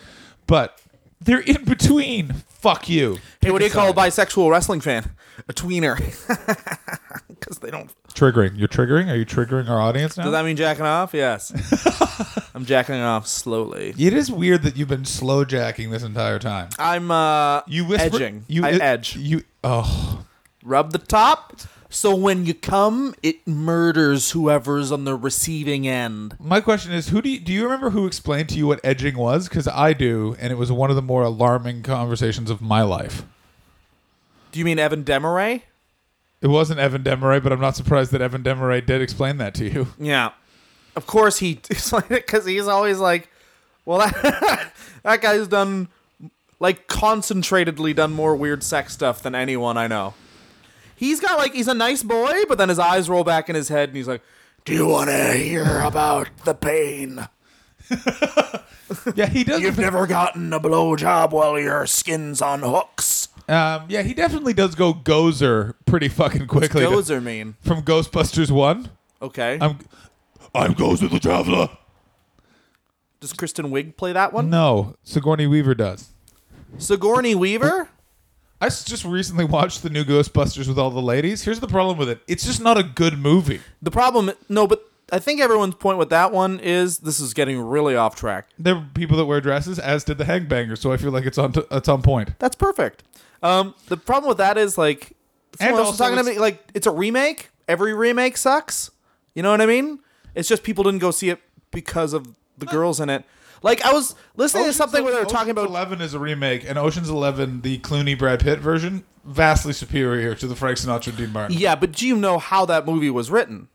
Speaker 4: but they're in between. Fuck you.
Speaker 3: hey, what do you
Speaker 4: Pick
Speaker 3: call a
Speaker 4: side.
Speaker 3: [laughs] bisexual wrestling fan? A tweener. Because they don't
Speaker 4: Triggering. You're triggering. Are you triggering our audience now?
Speaker 3: Does that mean jacking off?
Speaker 4: [laughs]
Speaker 3: Yes. I'm jacking off slowly.
Speaker 4: it is weird that you've been slow jacking this entire time.
Speaker 3: I'm uh
Speaker 4: You whisper.
Speaker 3: edging.
Speaker 4: You
Speaker 3: I
Speaker 4: it-
Speaker 3: edge.
Speaker 4: You. Oh.
Speaker 3: Rub the top. So when you come, it murders whoever's on the receiving end.
Speaker 4: My question is, who do you, do you remember who explained to you what edging was? Because I do, and it was one of the more alarming conversations of my life.
Speaker 3: Do you mean Evan Demaray?
Speaker 4: It wasn't Evan Demaray, but I'm not surprised that Evan Demaray did explain that to you. [laughs]
Speaker 3: Yeah. Of course he [laughs] explained it because he's always like, well, [laughs] that, that guy's done, like, concentratedly done more weird sex stuff than anyone I know. He's got, like, he's a nice boy, but then his eyes roll back in his head and he's like,
Speaker 2: Do you want to hear about the pain?
Speaker 4: Yeah, he does.
Speaker 2: You've never gotten a blowjob while your skin's on hooks.
Speaker 4: Um, yeah, he definitely does go gozer pretty fucking quickly.
Speaker 3: those are mean.
Speaker 4: from Ghostbusters One.
Speaker 3: Okay.
Speaker 4: I'm I'm Gozer the Traveler.
Speaker 3: Does Kristen Wiig play that one?
Speaker 4: No, Sigourney Weaver does.
Speaker 3: Sigourney Weaver?
Speaker 4: I s- just recently watched the new Ghostbusters with all the ladies. Here's the problem with it: it's just not a good movie.
Speaker 3: The problem, no, but I think everyone's point with that one is this is getting really off track.
Speaker 4: There were people that wear dresses, as did the Hangbangers, so I feel like it's on t- it's on point.
Speaker 3: That's perfect. Um, the problem with that is like someone
Speaker 4: And
Speaker 3: else was
Speaker 4: also
Speaker 3: talking to
Speaker 4: it's-
Speaker 3: me like it's a remake. Every remake sucks. You know what I mean? It's just people didn't go see it because of the girls in it. Like I was listening to something where they were talking about
Speaker 4: Eleven is a remake, and Ocean's Eleven, the Clooney Brad Pitt version, vastly superior to the Frank Sinatra Dean Martin.
Speaker 3: yeah, but do you know how that movie was written?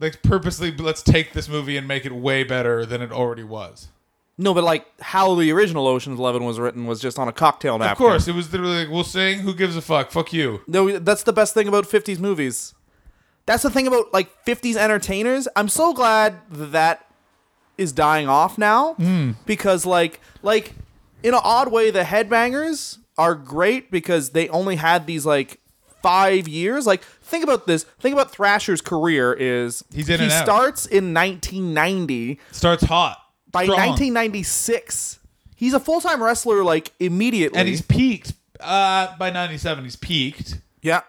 Speaker 4: Like purposely, let's take this movie and make it way better than it already was.
Speaker 3: No, but like how the original Ocean's Eleven was written was just on a cocktail napkin.
Speaker 4: Of course, it was literally like, we'll sing. Who gives a fuck? Fuck you.
Speaker 3: No, that's the best thing about 50s movies. That's the thing about like 50s entertainers. I'm so glad that is dying off now
Speaker 4: Hmm.
Speaker 3: because like like in an odd way the headbangers are great because they only had these like 5 years. Like think about this. Think about Thrasher's career is
Speaker 4: He's in
Speaker 3: he
Speaker 4: and out.
Speaker 3: starts in 1990
Speaker 4: Starts hot.
Speaker 3: by
Speaker 4: strong,
Speaker 3: 1996 he's a full-time wrestler like immediately
Speaker 4: and he's peaked. Uh, by '97, he's peaked.
Speaker 3: Yeah.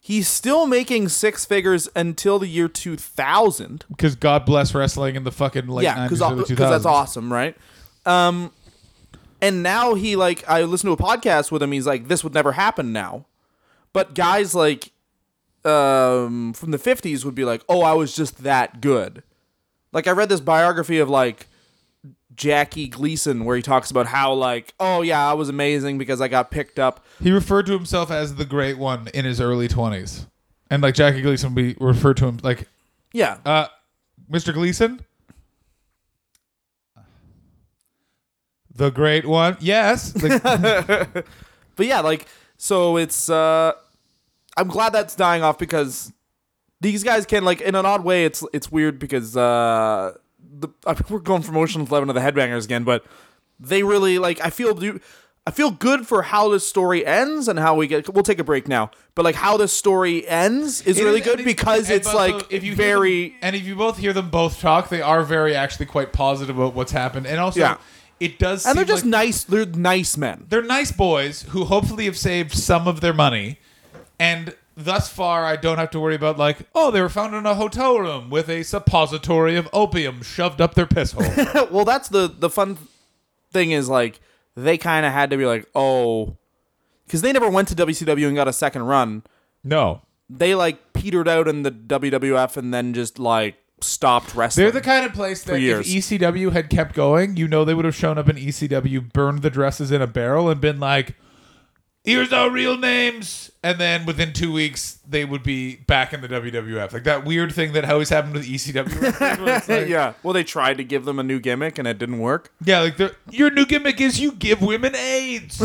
Speaker 3: He's still making six figures until the year 2000.
Speaker 4: Because God bless wrestling in the fucking late
Speaker 3: yeah,
Speaker 4: 90s, early 2000s.
Speaker 3: because that's awesome, right? Um, and now he like I listened to a podcast with him. He's like, this would never happen now, but guys like, um, from the '50s would be like, oh, I was just that good. Like I read this biography of like Jackie Gleason where he talks about how like, oh yeah, I was amazing because I got picked up
Speaker 4: He referred to himself as the Great One in his early 20s, and like Jackie Gleason, we referred to him like
Speaker 3: yeah,
Speaker 4: uh, Mr. Gleason, the Great One. Yes, Like,
Speaker 3: But yeah, like so it's uh I'm glad that's dying off because these guys can like in an odd way it's it's weird because uh the I mean, [laughs] we're going from Ocean's Eleven to the Headbangers again, but they really like I feel du- I feel good for how this story ends and how we get we'll take a break now. But like how this story ends is
Speaker 4: It
Speaker 3: really
Speaker 4: is- and
Speaker 3: good
Speaker 4: it-
Speaker 3: because
Speaker 4: and
Speaker 3: it's
Speaker 4: also,
Speaker 3: like
Speaker 4: hear
Speaker 3: very
Speaker 4: them- and if you both hear them both talk, they are very actually quite positive about what's happened, and also
Speaker 3: Yeah.
Speaker 4: it does.
Speaker 3: and they're
Speaker 4: seem
Speaker 3: just
Speaker 4: like-
Speaker 3: nice they're nice men.
Speaker 4: they're nice boys who hopefully have saved some of their money, and thus far I don't have to worry about like oh they were found in a hotel room with a suppository of opium shoved up their piss
Speaker 3: [laughs]
Speaker 4: hole.
Speaker 3: well that's the the fun thing is like they kind of had to be like oh because they never went to wcw and got a second run
Speaker 4: no,
Speaker 3: they like petered out in the wwf and then just like stopped wrestling
Speaker 4: They're the kind of place that if
Speaker 3: years.
Speaker 4: ECW had kept going, you know they would have shown up in ECW, burned the dresses in a barrel, and been like, "Here's our real names." And then within two weeks, they would be back in the WWF, like that weird thing that always happened with E ECW.
Speaker 3: [laughs]
Speaker 4: wrestlers, where it's like-
Speaker 3: yeah well they tried to give them a new gimmick and it didn't work
Speaker 4: yeah, like they're- your new gimmick is you give women
Speaker 3: [laughs]
Speaker 4: AIDS.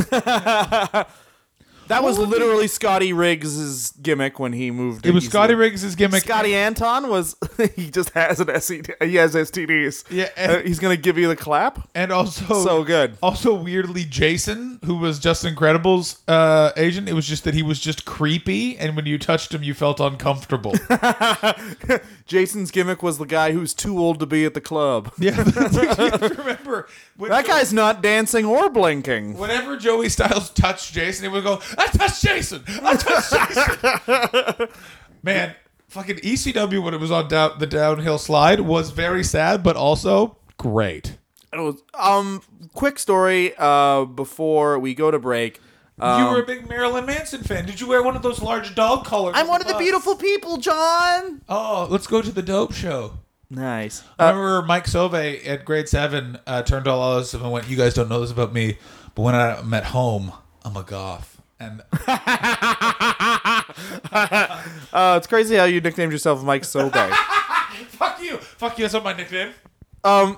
Speaker 3: that was literally scotty riggs's gimmick when he moved
Speaker 4: it was Scotty Riggs' gimmick.
Speaker 3: Scotty Anton was [laughs] he just has an STD. He has STDs.
Speaker 4: Yeah. Oh.
Speaker 3: Uh, he's gonna give you the clap.
Speaker 4: and also
Speaker 3: So good.
Speaker 4: Also, weirdly, Jason, who was just Incredible's uh, agent, it was just that he was just creepy, and when you touched him, you felt uncomfortable.
Speaker 3: Jason's gimmick was the guy who's too old to be at the club. [laughs]
Speaker 4: Yeah, [laughs] that's what you have to remember when
Speaker 3: That
Speaker 4: Jo-
Speaker 3: guy's not dancing or blinking.
Speaker 4: Whenever Joey Styles
Speaker 3: [laughs]
Speaker 4: touched Jason, he would go, "I touched Jason! I touched Jason!" Man, Fucking ECW when it was on down, the downhill slide was very sad, but also great.
Speaker 3: It was- um, quick story uh, before we go to break. Uh, Um,
Speaker 4: you were a big Marilyn Manson fan. Did you wear one of those large dog collars?
Speaker 3: I'm
Speaker 4: on
Speaker 3: one of the
Speaker 4: bus?
Speaker 3: beautiful people, John.
Speaker 4: Oh, let's go to the dope show.
Speaker 3: Nice.
Speaker 4: I remember Mike Sove at grade seven uh, turned to all of us and went, "You guys don't know this about me, but when I'm at home, I'm a goth." And
Speaker 3: Uh, it's crazy how you nicknamed yourself Mike Sobe.
Speaker 4: [laughs] fuck you, fuck you. That's not my nickname. Um,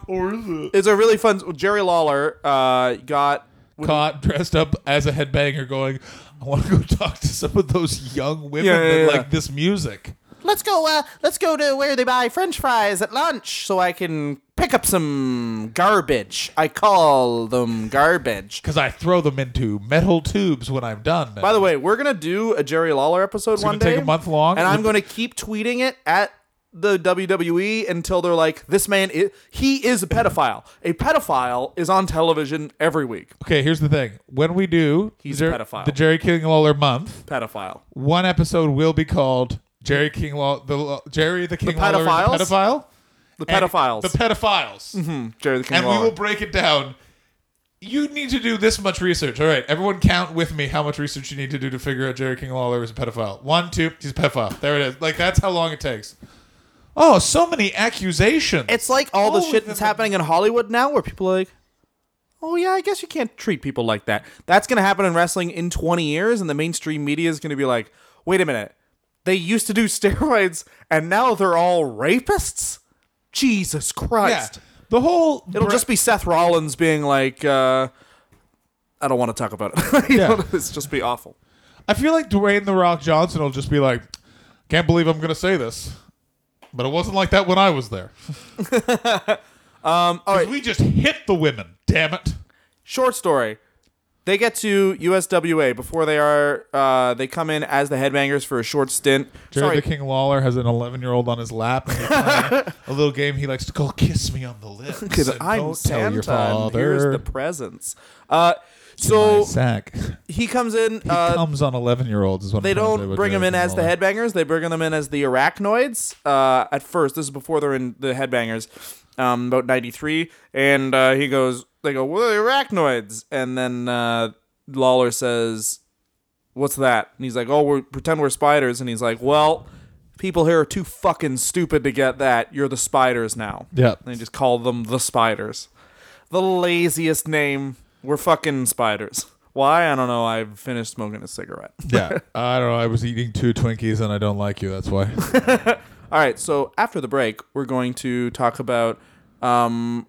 Speaker 3: it's a really fun. Jerry Lawler uh, got
Speaker 4: Caught dressed up as a headbanger, going, "I want to go [laughs] talk to some of those young women
Speaker 3: Yeah,
Speaker 4: that
Speaker 3: yeah, yeah.
Speaker 4: like this music."
Speaker 3: let's go uh let's go to where they buy french fries at lunch so i can pick up some garbage i call them garbage
Speaker 4: Because I throw them into metal tubes when I'm done.
Speaker 3: by the way we're gonna do a jerry lawler episode
Speaker 4: gonna
Speaker 3: one day
Speaker 4: take a month long.
Speaker 3: and i'm gonna keep tweeting it at the wwe until they're like this man is he is a pedophile a pedophile is on television every week
Speaker 4: okay, here's the thing: when we do
Speaker 3: He's
Speaker 4: Jer-
Speaker 3: a pedophile.
Speaker 4: the Jerry King Lawler month,
Speaker 3: pedophile
Speaker 4: one episode will be called "Jerry King Law," the Law- Jerry the King Lawler,
Speaker 3: pedophiles? Mm-hmm.
Speaker 4: the pedophile,
Speaker 3: the
Speaker 4: And
Speaker 3: pedophiles
Speaker 4: the pedophiles,
Speaker 3: jerry the king
Speaker 4: and we
Speaker 3: Lawler.
Speaker 4: will break it down. You need to do this much research. All right, everyone, count with me how much research you need to do to figure out Jerry King Lawler is a pedophile. One, two, he's a pedophile. There it is. Like that's how long it takes. Oh, so many accusations.
Speaker 3: It's like all the
Speaker 4: All of
Speaker 3: shit that's
Speaker 4: them are-
Speaker 3: happening in Hollywood now where people are like, oh, yeah, I guess you can't treat people like that. That's going to happen in wrestling in 20 years, and the mainstream media is going to be like, wait a minute. They used to do [laughs] steroids, and now they're all rapists? Jesus
Speaker 4: yeah.
Speaker 3: Christ.
Speaker 4: The whole
Speaker 3: It'll just be Seth Rollins being like, uh, I don't want to talk about it. [laughs] You
Speaker 4: Yeah.
Speaker 3: know, it's just be awful.
Speaker 4: I feel like Dwayne the Rock Johnson will just be like, "Can't believe I'm gonna say this," but it wasn't like that when I was
Speaker 3: [laughs]
Speaker 4: there. [laughs] um, we just hit the women. Damn it!
Speaker 3: short story they get to uswa before they are uh, they come in as the headbangers for a short stint
Speaker 4: Jerry
Speaker 3: sorry
Speaker 4: the King Lawler has an 11 year old on his lap. And he's playing
Speaker 3: [laughs]
Speaker 4: a little game he likes to call "Kiss Me on the Lips."
Speaker 3: because
Speaker 4: and
Speaker 3: i'm
Speaker 4: don't
Speaker 3: santa
Speaker 4: tell your
Speaker 3: and here's
Speaker 4: father.
Speaker 3: the presents uh, so
Speaker 4: My sack. He
Speaker 3: he comes in uh,
Speaker 4: comes on 11 year olds. Is what
Speaker 3: they don't bring him in as the headbangers they bring them in as the arachnoids uh, at first this is before they're in the headbangers um, about 93 and uh, he goes they go well the arachnoids and then uh, lawler says what's that? And he's like, oh, we're pretend we're spiders. And he's like, well, people here are too fucking stupid to get that. You're the spiders now.
Speaker 4: Yep.
Speaker 3: And they just call them the spiders. The laziest name. We're fucking spiders. Why? I don't know. I've finished smoking a cigarette.
Speaker 4: [laughs] Yeah, I don't know. I was eating two Twinkies and I don't like you. That's
Speaker 3: [laughs]
Speaker 4: why.
Speaker 3: All right. So after the break, we're going to talk about um,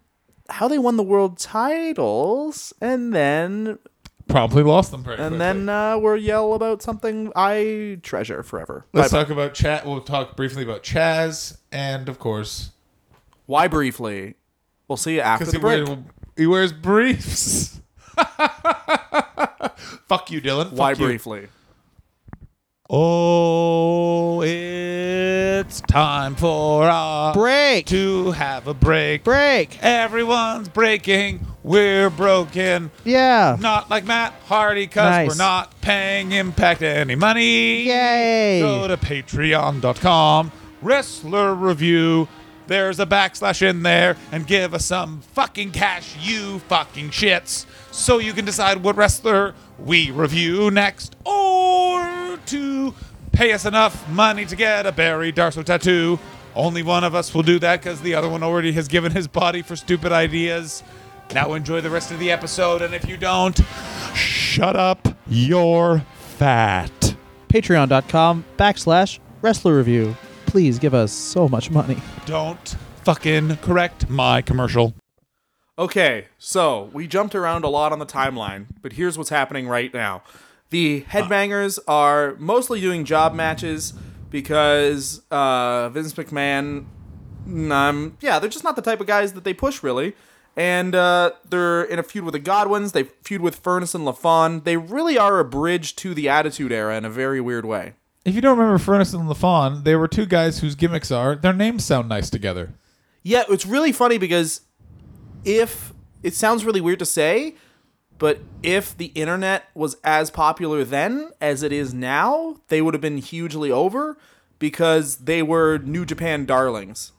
Speaker 3: how they won the world titles, and then
Speaker 4: Promptly lost them. Pretty
Speaker 3: and
Speaker 4: quickly.
Speaker 3: then uh, we'll yell about something I treasure forever.
Speaker 4: Let's
Speaker 3: Bye-bye.
Speaker 4: talk about chat. We'll talk briefly about Chaz and, of course,
Speaker 3: Why briefly? We'll see you after
Speaker 4: because
Speaker 3: the
Speaker 4: he,
Speaker 3: break.
Speaker 4: wears- he wears briefs. [laughs] Fuck you, Dylan. Fuck
Speaker 3: Why
Speaker 4: you.
Speaker 3: briefly?
Speaker 4: Oh, it's time for our
Speaker 6: Break.
Speaker 4: to have a break.
Speaker 6: Break.
Speaker 4: Everyone's breaking. We're broken.
Speaker 6: Yeah.
Speaker 4: Not like Matt Hardy, because
Speaker 6: Nice.
Speaker 4: we're not paying Impact any money.
Speaker 6: Yay.
Speaker 4: Go to patreon.com, wrestler review. There's a backslash in there, and give us some fucking cash, you fucking shits, so you can decide what wrestler we review next, or to pay us enough money to get a Barry Darso tattoo. Only one of us will do that because the other one already has given his body for stupid ideas. Now enjoy the rest of the episode, and if you don't, shut up your fat.
Speaker 6: Patreon.com backslash wrestler review. Please give us so much money.
Speaker 4: Don't fucking correct my commercial.
Speaker 3: Okay, so we jumped around a lot on the timeline, but here's what's happening right now. The headbangers are mostly doing job matches because uh, Vince McMahon, um, yeah, they're just not the type of guys that they push really. And uh, they're in a feud with the Godwins. They feud with Furnace and LaFon. They really are a bridge to the Attitude Era in a very weird way.
Speaker 4: If you don't remember Furnace and LaFon, they were two guys whose gimmicks are their names sound nice together.
Speaker 3: Yeah, it's really funny because if it sounds really weird to say, but if the internet was as popular then as it is now, they would have been hugely over because they were New Japan darlings.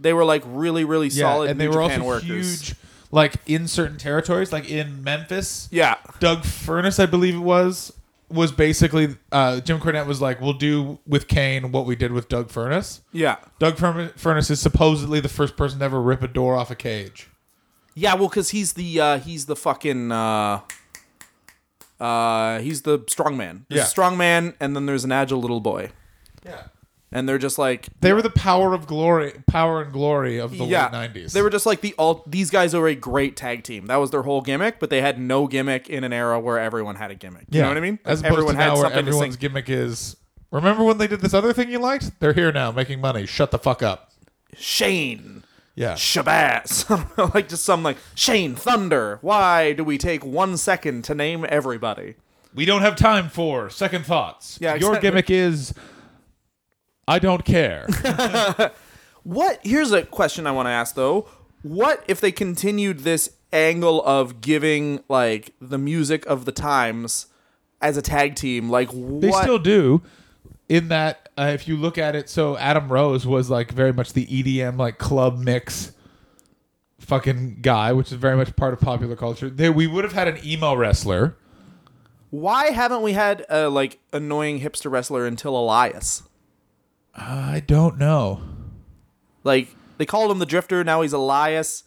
Speaker 3: They were like really, really solid
Speaker 4: and
Speaker 3: New
Speaker 4: they were
Speaker 3: Japan
Speaker 4: also
Speaker 3: workers.
Speaker 4: huge, like in certain territories, like in Memphis.
Speaker 3: Yeah.
Speaker 4: Doug Furness, I believe it was, was basically uh, Jim Cornette was like, "We'll do with Kane what we did with Doug Furness."
Speaker 3: Yeah.
Speaker 4: Doug Furn- Furness is supposedly the first person to ever rip a door off a cage.
Speaker 3: Yeah, well, because he's the uh, he's the fucking uh, uh, he's the strongman. There's
Speaker 4: Yeah.
Speaker 3: a strongman, and then there's an agile little boy,
Speaker 4: Yeah,
Speaker 3: and they're just like
Speaker 4: they were the power of glory, power and glory of the
Speaker 3: yeah,
Speaker 4: late nineties.
Speaker 3: They were just like the all these guys are a great tag team. That was their whole gimmick, but they had no gimmick in an era where everyone had a gimmick. You know what I mean?
Speaker 4: As opposed
Speaker 3: everyone
Speaker 4: to now
Speaker 3: had
Speaker 4: where
Speaker 3: something to
Speaker 4: everyone's
Speaker 3: sing.
Speaker 4: gimmick is. Remember when they did this other thing you liked? They're here now, making money. Shut the fuck up.
Speaker 3: Shane.
Speaker 4: Yeah.
Speaker 3: Shabazz. [laughs] I don't know, like just some like Shane Thunder. Why do we take one second to name everybody?
Speaker 4: we don't have time for second thoughts.
Speaker 3: Yeah,
Speaker 4: Your
Speaker 3: exactly.
Speaker 4: gimmick is I don't care.
Speaker 3: [laughs] What? Here's a question I want to ask though. What if they continued this angle of giving like the music of the times as a tag team? Like what?
Speaker 4: they still do. In that, uh, if you look at it, so Adam Rose was like very much the EDM like club mix fucking guy, which is very much part of popular culture. There, we would have had an emo wrestler.
Speaker 3: Why haven't we had a like annoying hipster wrestler until Elias?
Speaker 4: I don't know.
Speaker 3: Like they called him the Drifter. Now he's Elias,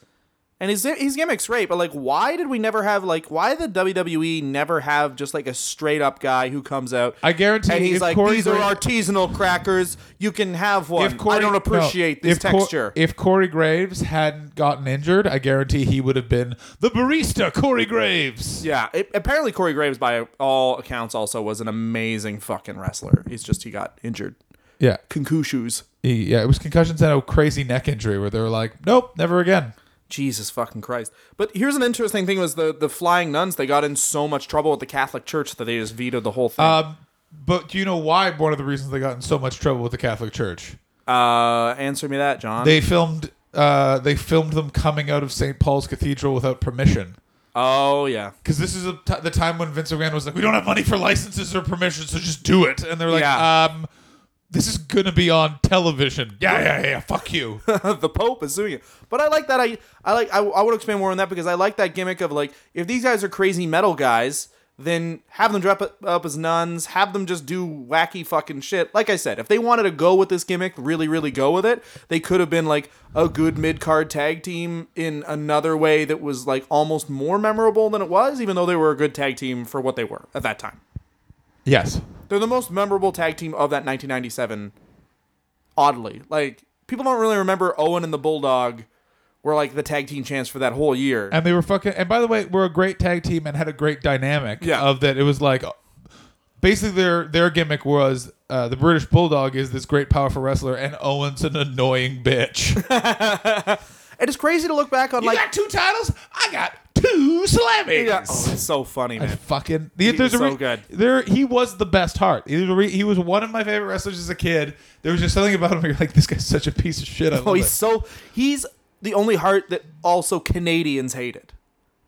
Speaker 3: and his his gimmick's great. But like, why did we never have like why did the WWE never have just like a straight up guy who comes out?
Speaker 4: I guarantee
Speaker 3: and
Speaker 4: you
Speaker 3: he's
Speaker 4: if
Speaker 3: like,
Speaker 4: Corey
Speaker 3: these are
Speaker 4: Gra-
Speaker 3: artisanal crackers. You can have one. I don't
Speaker 4: no,
Speaker 3: appreciate this
Speaker 4: if Cor-
Speaker 3: texture.
Speaker 4: if Corey Graves hadn't gotten injured, I guarantee he would have been the barista Corey Graves.
Speaker 3: yeah, it, apparently Corey Graves, by all accounts, also was an amazing fucking wrestler. He's just he got injured.
Speaker 4: Yeah.
Speaker 3: Concushus.
Speaker 4: He- yeah, it was concussions and a crazy neck injury where they were like, nope, never again.
Speaker 3: Jesus fucking Christ. But here's an interesting thing was the, the flying nuns, they got in so much trouble with the Catholic Church that they just vetoed the whole thing. Uh,
Speaker 4: Um, but do you know why? One of the reasons they got in so much trouble with the Catholic Church.
Speaker 3: Uh, answer me that, John.
Speaker 4: They filmed. Uh, they filmed them coming out of St. Paul's Cathedral without permission.
Speaker 3: oh yeah.
Speaker 4: Because this is a t- the time when Vince McMahon was like, "We don't have money for licenses or permission, so just do it." And they're like,
Speaker 3: Yeah.
Speaker 4: um, "This is gonna be on television." Yeah, yeah, yeah. Fuck you.
Speaker 3: [laughs] the Pope is suing you. But I like that I I like I, I want to expand more on that because I like that gimmick of like if these guys are crazy metal guys, then have them dress up- up as nuns, have them just do wacky fucking shit. Like I said, if they wanted to go with this gimmick, really really go with it, they could have been like a good mid-card tag team in another way that was like almost more memorable than it was, even though they were a good tag team for what they were at that time.
Speaker 4: yes.
Speaker 3: They're the most memorable tag team of that 1997. Oddly, like people don't really remember Owen and the Bulldog were like the tag team champs for that whole year.
Speaker 4: And they were fucking. And by the way, we're a great tag team and had a great dynamic.
Speaker 3: Yeah.
Speaker 4: Of that, it was like basically their their gimmick was uh, the British Bulldog is this great powerful wrestler and Owen's an annoying
Speaker 3: [laughs]
Speaker 4: bitch.
Speaker 3: It is crazy to look back on like
Speaker 4: two titles. I got two slammies.
Speaker 3: yeah, oh, it's so funny,
Speaker 4: I
Speaker 3: man.
Speaker 4: fucking. He
Speaker 3: was so good.
Speaker 4: There, he was the best heart. He was, a re- he was one of my favorite wrestlers as a kid. There was just something about him. Where you're like, this guy's such a piece of shit. I love
Speaker 3: Oh, he's
Speaker 4: it.
Speaker 3: so he's the only heart that also Canadians hated.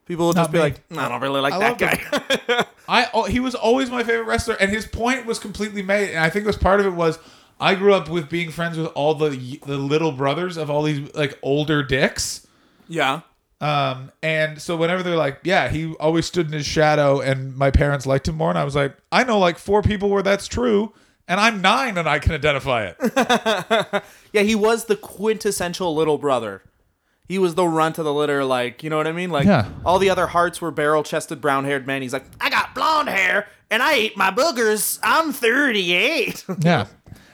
Speaker 3: People will just
Speaker 4: Not
Speaker 3: be
Speaker 4: me.
Speaker 3: like, I don't really like
Speaker 4: I
Speaker 3: that
Speaker 4: love
Speaker 3: guy.
Speaker 4: I oh, he was always my favorite wrestler, and his point was completely made. And I think was part of it was I grew up with being friends with all the the little brothers of all these like older dicks.
Speaker 3: [laughs] yeah,
Speaker 4: Um, and so whenever they're like, yeah, he always stood in his shadow, and my parents liked him more, and I was like, I know like four people where that's true, and I'm nine, and I can identify it.
Speaker 3: yeah, he was the quintessential little brother. He was the runt of the litter, like you know what I mean. Like
Speaker 4: Yeah.
Speaker 3: all the other hearts were barrel-chested, brown-haired men. He's like, I got blonde hair and I ate my boogers. I'm [laughs] 38.
Speaker 4: [laughs] Yeah.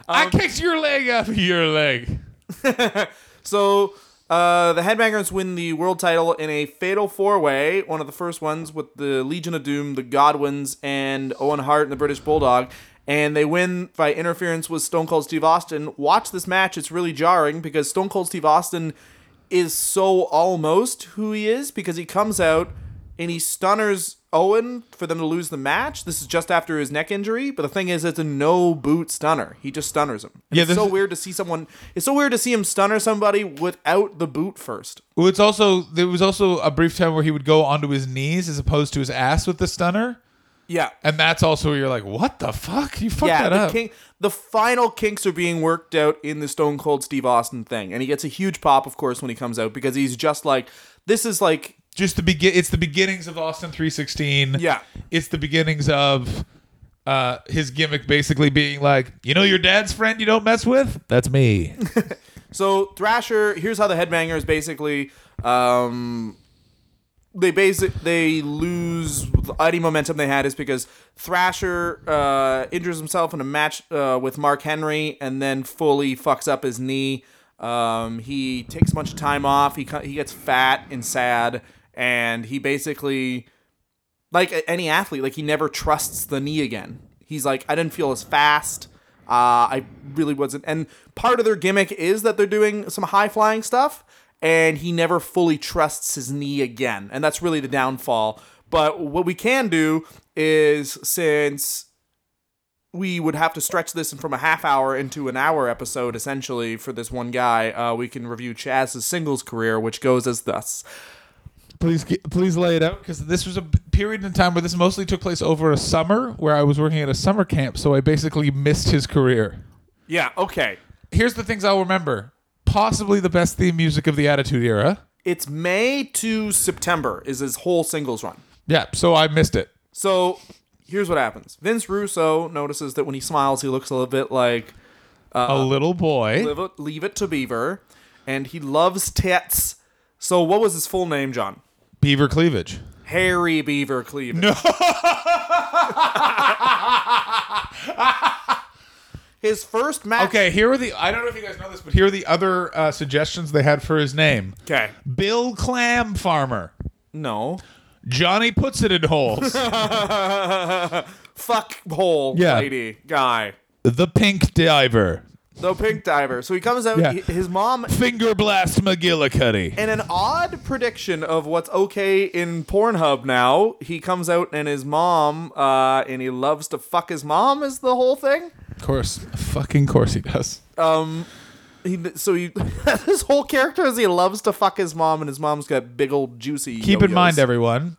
Speaker 4: I kicked your leg off Um, [laughs] your leg.
Speaker 3: so uh, the Headbangers win the world title in a fatal four-way, one of the first ones with the Legion of Doom, the Godwins, and Owen Hart and the British Bulldog. And they win by interference with Stone Cold Steve Austin. Watch this match; it's really jarring because Stone Cold Steve Austin is so almost who he is because he comes out and he stunners Owen for them to lose the match. This is just after his neck injury, but the thing is, it's a no boot stunner. He just stunners him. And
Speaker 4: Yeah,
Speaker 3: it's
Speaker 4: this
Speaker 3: so
Speaker 4: is-
Speaker 3: weird to see someone. It's so weird to see him stunner somebody without the boot first.
Speaker 4: Well, it's also there was also a brief time where he would go onto his knees as opposed to his ass with the stunner.
Speaker 3: Yeah.
Speaker 4: And that's also where you're like, what the fuck? You fucked that
Speaker 3: yeah, the,
Speaker 4: up.
Speaker 3: king, the final kinks are being worked out in the Stone Cold Steve Austin thing, and he gets a huge pop, of course, when he comes out because he's just like, this is like,
Speaker 4: Just the begin. It's the beginnings of Austin 316.
Speaker 3: Yeah.
Speaker 4: It's the beginnings of uh, his gimmick basically being like, you know, your dad's friend you don't mess with? That's me.
Speaker 3: so Thrasher. Here's how the Headbangers basically, um, they basic they lose any momentum they had is because Thrasher uh, injures himself in a match uh, with Mark Henry and then fully fucks up his knee. Um, he takes a bunch of time off. He co- he gets fat and sad, and he basically like a- any athlete, like he never trusts the knee again. He's like, I didn't feel as fast. Uh, I really wasn't. And part of their gimmick is that they're doing some high flying stuff, and he never fully trusts his knee again. And that's really the downfall. But what we can do is since we would have to stretch this from a half hour into an hour episode essentially for this one guy uh, we can review chaz's singles career which goes as thus
Speaker 4: [laughs] please ge- please lay it out because this was a p- period in time where this mostly took place over a summer where I was working at a summer camp, so I basically missed his career.
Speaker 3: yeah okay
Speaker 4: Here's the things I'll remember: possibly the best theme music of the Attitude Era.
Speaker 3: It's May to September is his whole singles run.
Speaker 4: Yeah, so I missed it.
Speaker 3: So here's what happens. Vince Russo notices that when he smiles, he looks a little bit like
Speaker 4: a little boy,
Speaker 3: Leave It, leave it to Beaver, and he loves tits. So what was his full name, John?
Speaker 4: Beaver Cleavage.
Speaker 3: Harry Beaver Cleveland. No. [laughs] his first match.
Speaker 4: Okay, here are the. I don't know if you guys know this, but here are the other uh, suggestions they had for his name:
Speaker 3: Okay.
Speaker 4: Bill Clam Farmer,
Speaker 3: No. [laughs]
Speaker 4: Johnny puts it in [laughs] holes,
Speaker 3: Fuck hole
Speaker 4: Yeah.
Speaker 3: lady guy.
Speaker 4: the Pink Diver,
Speaker 3: The pink diver. So he comes out.
Speaker 4: Yeah.
Speaker 3: he- his mom
Speaker 4: Finger Blast McGillicuddy.
Speaker 3: in an odd prediction of what's okay in Pornhub now, he comes out and his mom, uh, and he loves to fuck his mom is the whole thing.
Speaker 4: Of course, fucking course he does.
Speaker 3: He, so [laughs] he, his whole character is he loves to fuck his mom, and his mom's got big old juicy.
Speaker 4: Keep in
Speaker 3: yo-yos.
Speaker 4: mind, everyone,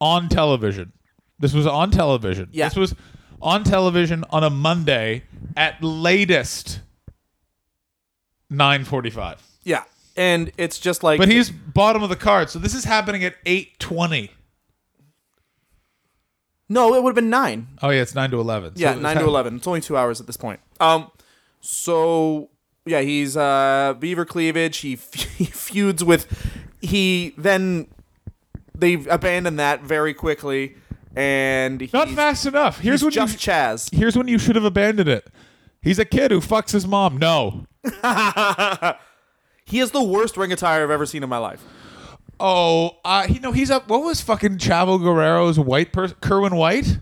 Speaker 4: on television. This was on television.
Speaker 3: Yeah.
Speaker 4: This was on television on a Monday at latest 9:45.
Speaker 3: yeah, and it's just like,
Speaker 4: But he's bottom of the card, so this is happening at 8:20.
Speaker 3: no, it would have been nine.
Speaker 4: Oh yeah, it's 9 to 11. So
Speaker 3: Yeah,
Speaker 4: it was [laughs]
Speaker 3: nine to
Speaker 4: hap-
Speaker 3: eleven. It's only two hours at this point. Um, so yeah, he's uh Beaver Cleavage. He, [laughs] f- he feuds with. He then they abandoned that very quickly, and he's,
Speaker 4: Not fast enough. Here's
Speaker 3: he's
Speaker 4: when
Speaker 3: just
Speaker 4: you
Speaker 3: Chaz.
Speaker 4: Here's when you should have abandoned it. He's a kid who fucks his mom. No.
Speaker 3: He is the worst ring attire I've ever seen in my life.
Speaker 4: Oh, uh, he no, he's up. What was fucking Chavo Guerrero's white person? Kerwin White.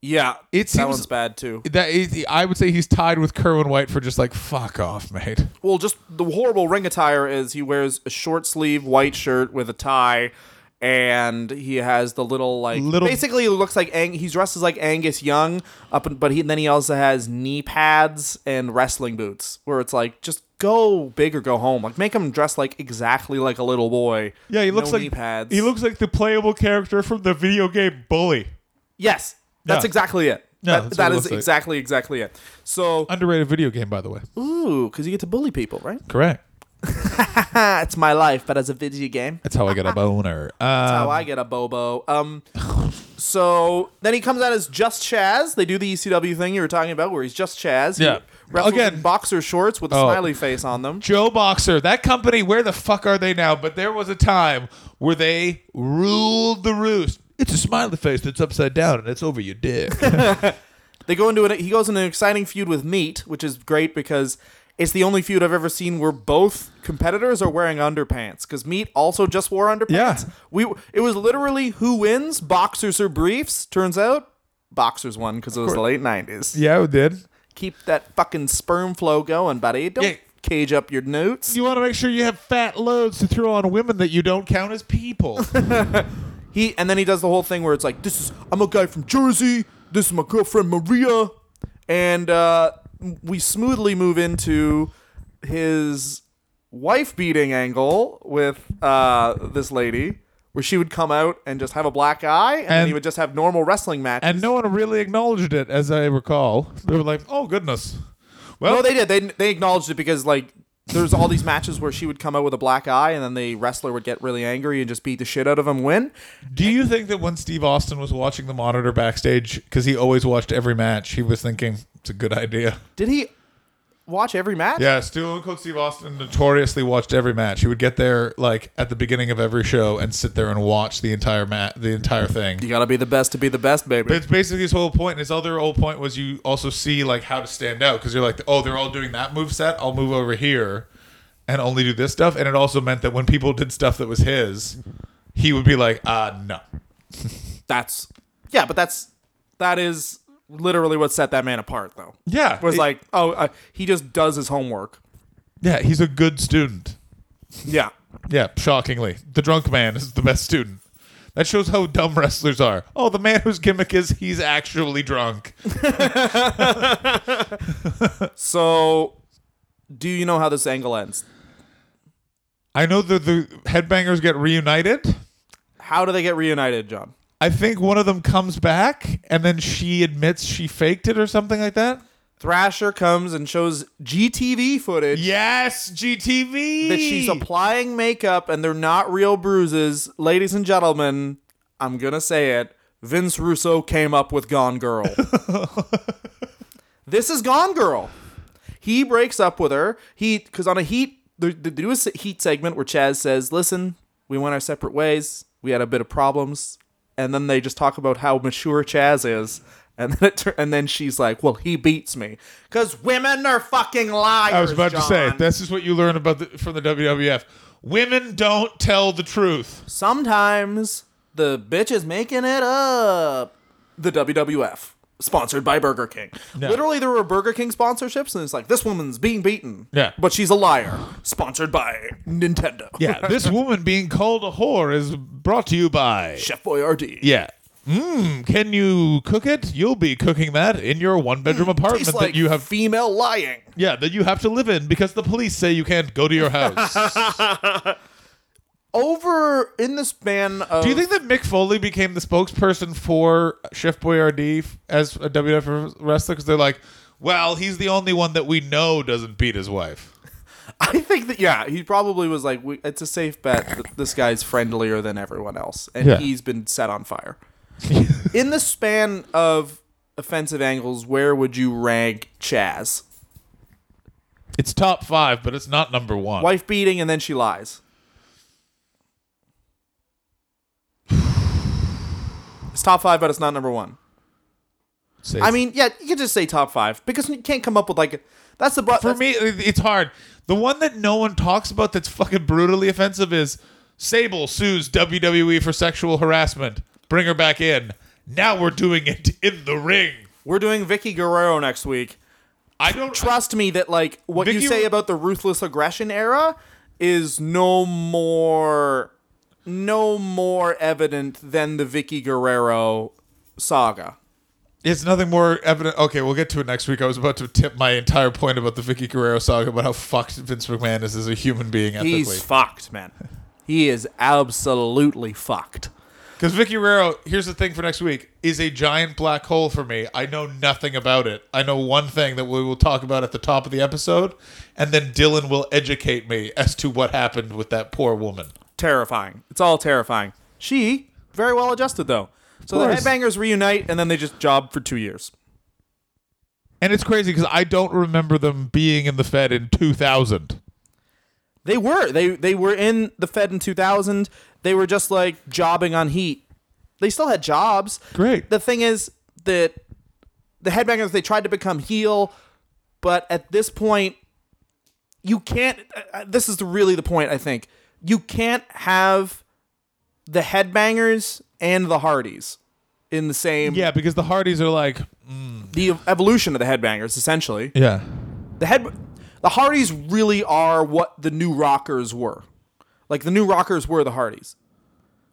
Speaker 3: Yeah,
Speaker 4: It
Speaker 3: that
Speaker 4: seems-
Speaker 3: one's bad too.
Speaker 4: That is, I would say he's tied with Kerwin White for just like fuck off, mate.
Speaker 3: Well, just the horrible ring attire is he wears a short sleeve white shirt with a tie, and he has the little like
Speaker 4: Little-
Speaker 3: basically it looks like Ang- he's dressed as like Angus Young up, in, but he then he also has knee pads and wrestling boots, where it's like just go big or go home. Like make him dress like exactly like a little boy. No knee pads.
Speaker 4: he looks like the playable character from the video game Bully.
Speaker 3: yes, that's
Speaker 4: Yeah.
Speaker 3: exactly it.
Speaker 4: Yeah,
Speaker 3: that,
Speaker 4: that's
Speaker 3: that
Speaker 4: what it
Speaker 3: is
Speaker 4: looks like.
Speaker 3: exactly exactly it. So
Speaker 4: Underrated video game, by the way.
Speaker 3: ooh, because you get to bully people, right?
Speaker 4: Correct.
Speaker 3: Ah, it's my life, but as a video game.
Speaker 4: That's how I got a boner.
Speaker 3: how
Speaker 4: Uh,
Speaker 3: I get a Bobo. Um, so then he comes out as just Chaz. They do the ECW thing you were talking about, where he's just Chaz. He
Speaker 4: Yeah.
Speaker 3: wrestles
Speaker 4: Again-
Speaker 3: in boxer shorts with a
Speaker 4: Oh.
Speaker 3: smiley face on them.
Speaker 4: Joe Boxer, that company, where the fuck are they now? But there was a time where they ruled the roost. It's a smiley face that's upside down and it's over your dick.
Speaker 3: They go into an he goes into an exciting feud with Meat, which is great because it's the only feud I've ever seen where both competitors are wearing underpants. Because Meat also just wore underpants.
Speaker 4: Yeah.
Speaker 3: we it was literally who wins boxers or briefs. Turns out. Boxers won because it was the late nineties.
Speaker 4: [laughs] yeah, it did.
Speaker 3: Keep that fucking sperm flow going, buddy. Don't
Speaker 4: Yeah.
Speaker 3: cage up your newts.
Speaker 4: You want to make sure you have fat loads to throw on women that you don't count as people.
Speaker 3: He and then he does the whole thing where it's like, "This is I'm a guy from Jersey. This is my girlfriend Maria," and uh, we smoothly move into his wife beating angle with uh, this lady, where she would come out and just have a black eye, and, then
Speaker 4: And-
Speaker 3: he would just have normal wrestling matches.
Speaker 4: [laughs] And no one really acknowledged it, as I recall. They were like, "Oh goodness." Well,
Speaker 3: no, they did. They they acknowledged it because like there's all these matches where she would come out with a black eye, and then the wrestler would get really angry and just beat the shit out of him. and Win.
Speaker 4: do you think that when Steve Austin was watching the monitor backstage, because he always watched every match, he was thinking it's a good idea?
Speaker 3: Did he watch every match?
Speaker 4: Yeah, Stone Cold Steve Austin notoriously watched every match. He would get there like at the beginning of every show and sit there and watch the entire mat, the entire thing.
Speaker 3: You gotta be the best to be the best, baby.
Speaker 4: But it's basically his whole point. His other whole point was you also see like how to stand out because you're like, oh, they're all doing that move set. I'll move over here and only do this stuff. And it also meant that when people did stuff that was his, he would be like, ah, no.
Speaker 3: that's yeah, but that's that is literally what set that man apart, though.
Speaker 4: Yeah,
Speaker 3: was
Speaker 4: it-
Speaker 3: like oh, uh, he just does his homework.
Speaker 4: Yeah, he's a good student.
Speaker 3: Yeah,
Speaker 4: Yeah, shockingly, the drunk man is the best student. That shows how dumb wrestlers are. Oh, the man whose gimmick is he's actually drunk.
Speaker 3: so. Do you know how this angle ends?
Speaker 4: I know that the headbangers get reunited.
Speaker 3: How do they get reunited, John?
Speaker 4: I think one of them comes back and then she admits she faked it or something like that.
Speaker 3: Thrasher comes and shows GTV footage
Speaker 4: Yes, GTV.
Speaker 3: that she's applying makeup and they're not real bruises. Ladies and gentlemen, I'm going to say it. Vince Russo came up with
Speaker 4: [laughs]
Speaker 3: Gone Girl. this is Gone Girl. He breaks up with her. He cuz on a heat they they do a s- heat segment where Chaz says, "Listen, we went our separate ways. We had a bit of problems." And then they just talk about how mature Chaz is. And then, it, tur- and then she's like, "Well, he beats me because women are fucking liars."
Speaker 4: I was about to say
Speaker 3: John.
Speaker 4: this is what you learn about the, from the WWF. Women don't tell the
Speaker 3: [laughs]
Speaker 4: truth.
Speaker 3: Sometimes the bitch is making it up. The WWF, sponsored by Burger King. Literally, there were Burger King sponsorships, and it's like, this woman's being beaten.
Speaker 4: Yeah.
Speaker 3: But she's a liar. Sponsored by Nintendo.
Speaker 4: Yeah, this woman being called a whore is brought to you by.
Speaker 3: Chef Boyardee.
Speaker 4: Yeah. Mmm, can you cook it? You'll be cooking that in your one bedroom apartment
Speaker 3: Mm, Tastes like
Speaker 4: that you have
Speaker 3: female lying.
Speaker 4: Yeah, that you have to live in because the police say you can't go
Speaker 3: [laughs]
Speaker 4: to your house.
Speaker 3: Over in the span of.
Speaker 4: Do you think that Mick Foley became the spokesperson for Chef Boyardee f- as a WWF wrestler? Because they're like, well, he's the only one that we know doesn't beat his wife.
Speaker 3: I think that yeah, he probably was like, we, it's a safe bet that this guy's friendlier than everyone else, and
Speaker 4: Yeah.
Speaker 3: he's been set
Speaker 4: [laughs]
Speaker 3: on fire. In the span of offensive angles, where would you rank Chaz?
Speaker 4: It's top five, but it's not number one.
Speaker 3: Wife beating, and then she lies. It's top five, but it's not number one.
Speaker 4: Say-
Speaker 3: I mean, yeah, you can just say top five because you can't come up with like that's the bro-
Speaker 4: [laughs] for
Speaker 3: that's-
Speaker 4: me, it- it's hard. The one that no one talks about that's fucking brutally offensive is Sable sues WWE for sexual harassment. Bring her back in. Now we're doing it in the ring.
Speaker 3: We're doing Vicky Guerrero next week.
Speaker 4: I don't
Speaker 3: trust me that like what
Speaker 4: Vicky-
Speaker 3: you say about the ruthless aggression era is no more no more evident than the Vicky Guerrero saga.
Speaker 4: It's nothing more evident. Okay, we'll get to it next week. I was about to tip my entire point about the Vicky Guerrero saga about how fucked Vince McMahon is as a human being ethically.
Speaker 3: He's fucked, man. [laughs] He is absolutely fucked.
Speaker 4: Because Vicky Guerrero, here's the thing for next week, is a giant black hole for me. I know nothing about it. I know one thing that we will talk about at the top of the episode, and then Dylan will educate me as to what happened with that poor woman.
Speaker 3: Terrifying. It's all terrifying. She very well adjusted though. So the
Speaker 4: course.
Speaker 3: headbangers reunite and then they just job for 2 years.
Speaker 4: And it's crazy because I don't remember them being in the Fed in 2000.
Speaker 3: They were. They they were in the Fed in 2000. They were just like jobbing on heat. They still had jobs.
Speaker 4: Great.
Speaker 3: The thing is that the headbangers they tried to become heel, but at this point you can't uh, uh, this is really the point I think. You can't have the headbangers and the Hardys in the same
Speaker 4: Yeah, because the Hardys are like,
Speaker 3: the evolution of the headbangers essentially.
Speaker 4: yeah.
Speaker 3: The head the Hardys really are what the new rockers were. Like the new rockers were the Hardys.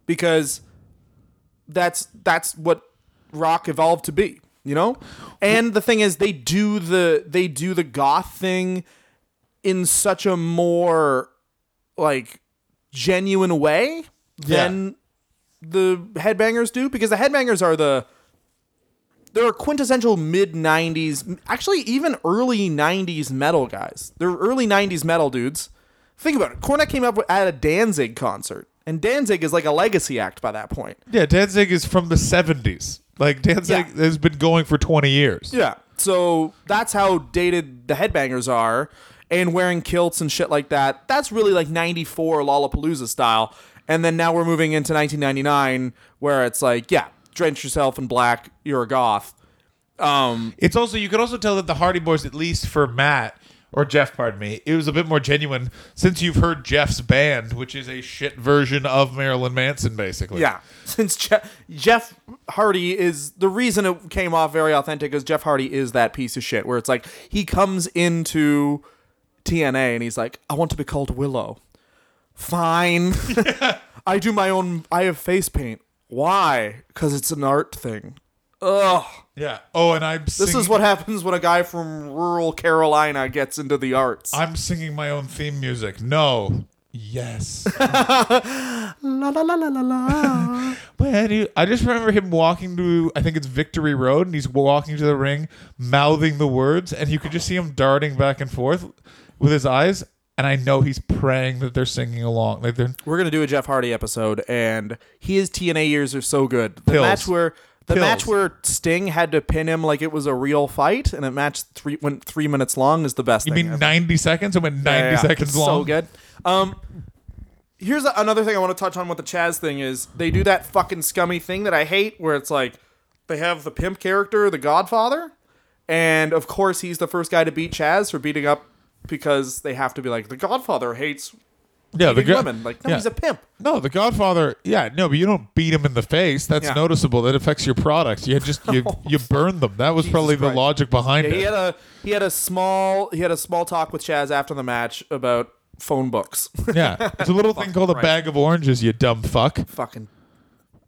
Speaker 3: Because that's that's what rock evolved to be, you know? And the thing is they do the they do the goth thing in such a more like genuine way
Speaker 4: Yeah.
Speaker 3: than the headbangers do because the headbangers are the they're quintessential mid 90s, actually even early 90s metal guys. They're early 90s metal dudes. Think about it. Cornet came up at a Danzig concert, and Danzig is like a legacy act by that point.
Speaker 4: Yeah, Danzig is from the 70s. Like Danzig
Speaker 3: Yeah.
Speaker 4: has been going for 20 years.
Speaker 3: Yeah. So that's how dated the headbangers are and wearing kilts and shit like that. That's really like 94 Lollapalooza style. And then now we're moving into 1999 where it's like, yeah, drench yourself in black, you're a goth. Um,
Speaker 4: It's also you could also tell that the Hardy Boys, at least for Matt or Jeff, pardon me, it was a bit more genuine since you've heard Jeff's band, which is a shit version of Marilyn Manson, basically.
Speaker 3: yeah. [laughs] Since Je- Jeff Hardy is the reason it came off very authentic is Jeff Hardy is that piece of shit where it's like he comes into TNA and he's like, I want to be called Willow. Fine. [laughs] I do my own. I have face paint. Why? Because it's an art thing. Ugh.
Speaker 4: yeah. Oh, and I'm
Speaker 3: This is what happens when a guy from rural Carolina gets into the
Speaker 4: [laughs]
Speaker 3: arts.
Speaker 4: I'm singing my own theme music. No. Yes. [laughs]
Speaker 3: La la la la la la.
Speaker 4: When he, I just remember him walking to, I think it's Victory Road, and he's walking to the ring, mouthing the words, and you could just see him darting back and forth with his eyes. And I know he's praying that they're singing along. Like they're
Speaker 3: We're gonna do a Jeff Hardy episode, and his TNA years are so good. The
Speaker 4: Pills.
Speaker 3: match where the
Speaker 4: Pills.
Speaker 3: match where Sting had to pin him like it was a real fight, and it matched three went three minutes long is the best.
Speaker 4: You
Speaker 3: thing
Speaker 4: mean
Speaker 3: ever.
Speaker 4: 90 seconds? It went 90
Speaker 3: Yeah, yeah, yeah.
Speaker 4: seconds
Speaker 3: It's
Speaker 4: long.
Speaker 3: So good. Um, here's a- another thing I want to touch on with the Chaz thing is they do that fucking scummy thing that I hate, where it's like they have the pimp character, the Godfather, and of course he's the first guy to beat Chaz for beating up because they have to be like the Godfather hates
Speaker 4: Yeah, the
Speaker 3: big
Speaker 4: go-
Speaker 3: women. Like no,
Speaker 4: yeah.
Speaker 3: he's a pimp.
Speaker 4: No, the Godfather. Yeah, no, but you don't beat him in the face. That's
Speaker 3: Yeah. Oh,
Speaker 4: noticeable. That affects your product. You just
Speaker 3: [laughs]
Speaker 4: you you burn them. That was probably the
Speaker 3: Christ.
Speaker 4: logic behind
Speaker 3: Yeah,
Speaker 4: it.
Speaker 3: he had a he had a small he had a small talk with Chaz after the match about phone books. [laughs]
Speaker 4: yeah, it's a little thing called a
Speaker 3: Christ.
Speaker 4: bag of oranges. You dumb fuck.
Speaker 3: fucking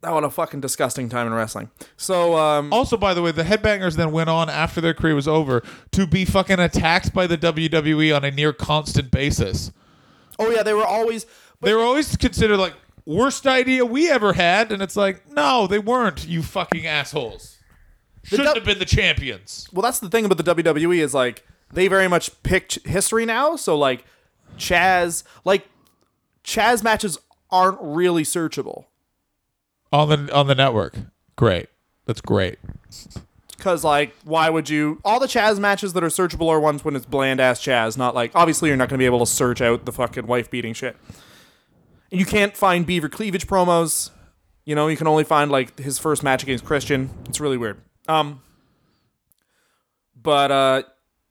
Speaker 3: that what a fucking disgusting time in wrestling. So um
Speaker 4: Also, by the way, the headbangers then went on after their career was over to be fucking attacked by the WWE on a near constant basis.
Speaker 3: oh yeah, they were always but
Speaker 4: They were always considered like worst idea we ever had, and it's like, no, they weren't. You fucking assholes. Shouldn't
Speaker 3: dub-
Speaker 4: have been the champions.
Speaker 3: well that's the thing about the WWE is like they very much picked history now, so like Chaz like Chaz matches aren't really searchable.
Speaker 4: on the on the network. Great, that's great.
Speaker 3: Cause like, why would you? All the Chaz matches that are searchable are ones when it's bland ass Chaz, not like obviously you're not going to be able to search out the fucking wife beating shit. And you can't find Beaver cleavage promos. You know, you can only find like his first match against Christian. It's really weird. Um, but uh,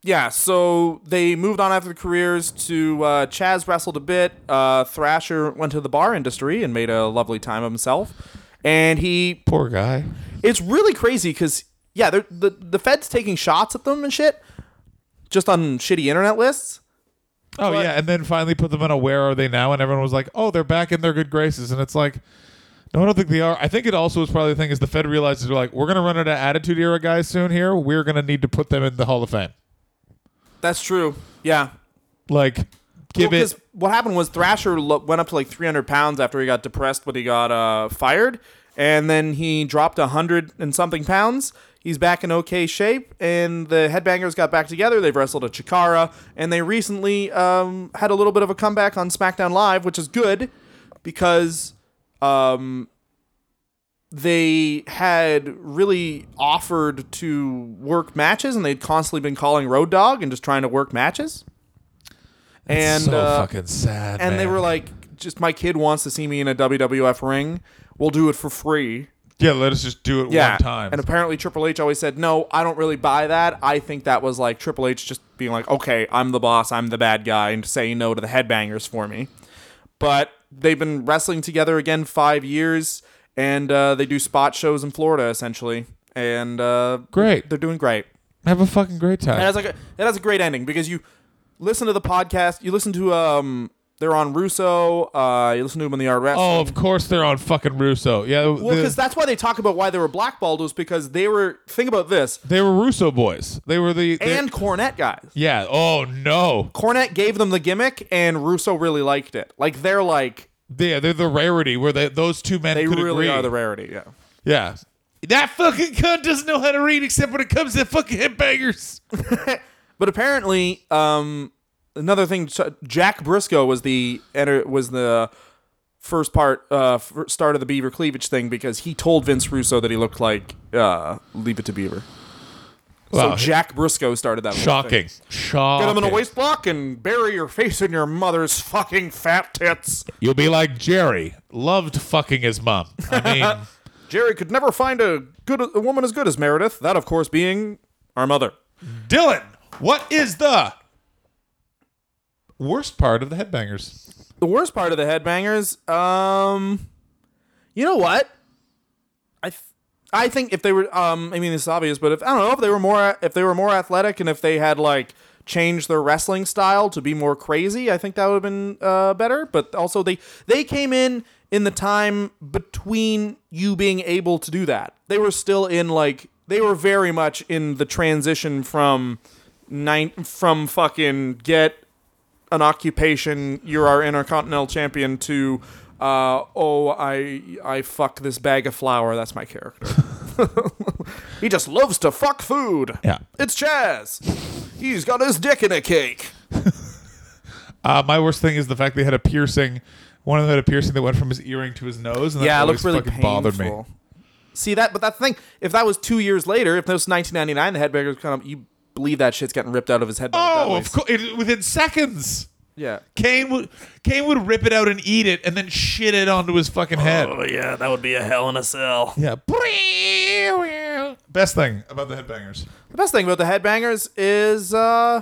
Speaker 3: yeah, so they moved on after the careers to uh, Chaz wrestled a bit. Uh, Thrasher went to the bar industry and made a lovely time of himself. And he
Speaker 4: Poor guy.
Speaker 3: it's really crazy because yeah, they're, the the Fed's taking shots at them and shit, just on shitty internet lists.
Speaker 4: Oh yeah, and then finally put them on a "Where are they now?" and everyone was like, "Oh, they're back in their good graces," and it's like. No, I don't think they are. I think it also is probably the thing is the Fed realizes they're like, we're gonna run out of attitude era guys soon here. We're gonna need to put them in the Hall of Fame.
Speaker 3: That's true. Yeah,
Speaker 4: Like, give
Speaker 3: because
Speaker 4: it
Speaker 3: what happened was Thrasher lo- went up to like 300 pounds after he got depressed when he got uh, fired, and then he dropped 100 and something pounds. He's back in okay shape, and the Headbangers got back together. They've wrestled a Chikara, and they recently um, had a little bit of a comeback on SmackDown Live, which is good because um, they had really offered to work matches, and they'd constantly been calling Road Dog and just trying to work matches. And
Speaker 4: so
Speaker 3: uh,
Speaker 4: fucking sad.
Speaker 3: and they
Speaker 4: man.
Speaker 3: were like, just my kid wants to see me in a WWF ring. We'll do it for free.
Speaker 4: Yeah, let us just do it one time.
Speaker 3: And apparently Triple H always said, no, I don't really buy that. I think that was like Triple H just being like, okay, I'm the boss, I'm the bad guy, and saying no to the headbangers for me. But they've been wrestling together again five years, and uh, they do spot shows in Florida essentially. And uh,
Speaker 4: Great.
Speaker 3: they're doing great.
Speaker 4: Have a fucking great time.
Speaker 3: It has like a, it has a great ending because you listen to the podcast, you listen to um they're on Russo, uh you listen to them on the Art Wrestling.
Speaker 4: oh, of course they're on fucking Russo. Yeah,
Speaker 3: well,
Speaker 4: the-
Speaker 3: because that's why they talk about why they were blackballed was because they were think about this
Speaker 4: they were Russo boys. They were the they're-
Speaker 3: and Cornette guys.
Speaker 4: yeah. Oh no,
Speaker 3: Cornette gave them the gimmick, and Russo really liked it. Like they're like
Speaker 4: Yeah, they're the rarity where they, those two men
Speaker 3: They
Speaker 4: could
Speaker 3: really
Speaker 4: agree.
Speaker 3: are the rarity. Yeah.
Speaker 4: yeah. That fucking cunt doesn't know how to read except when it comes to fucking headbangers.
Speaker 3: But apparently, um, another thing, so Jack Briscoe was the enter was the first part uh fir- start of the Beaver cleavage thing because he told Vince Russo that he looked like uh Leave It to Beaver.
Speaker 4: Wow.
Speaker 3: So Jack Briscoe started that. whole thing.
Speaker 4: Shocking. Shocking.
Speaker 3: Get him in a waist block and bury your face in your mother's fucking fat tits.
Speaker 4: You'll be like Jerry. Loved fucking his mom. I mean,
Speaker 3: [laughs] Jerry could never find a good a woman as good as Meredith. That, of course, being our mother.
Speaker 4: Dylan, what is the worst part of the headbangers?
Speaker 3: The worst part of the headbangers, um, you know what? I th- I think if they were, um, I mean, it's obvious, but if I don't know if they were more if they were more athletic and if they had like changed their wrestling style to be more crazy, I think that would have been uh, better. But also they they came in in the time between you being able to do that. They were still in like they were very much in the transition from nine from fucking get an occupation. You're our intercontinental champion. To uh, oh, I I fuck this bag of flour. That's
Speaker 4: [laughs]
Speaker 3: my character. he just loves to fuck food.
Speaker 4: Yeah.
Speaker 3: it's Chaz. He's got his dick in a cake.
Speaker 4: Uh, my worst thing is the fact they had a piercing. One of them had a piercing that went from his earring to his nose, and that
Speaker 3: yeah, it
Speaker 4: always
Speaker 3: looks really
Speaker 4: fucking
Speaker 3: painful.
Speaker 4: bothered me.
Speaker 3: See that, but that thing. If that was two years later, if that was 1999, the headbangers come up. You believe that shit's getting ripped out of his head. by the
Speaker 4: Oh,
Speaker 3: Dudleys.
Speaker 4: of course! Within seconds,
Speaker 3: Yeah.
Speaker 4: Kane would Kane would rip it out and eat it, and then shit it onto his fucking head.
Speaker 2: Oh, yeah, that would be a hell in a cell.
Speaker 4: Yeah. Best thing about the headbangers.
Speaker 3: The best thing about the headbangers is uh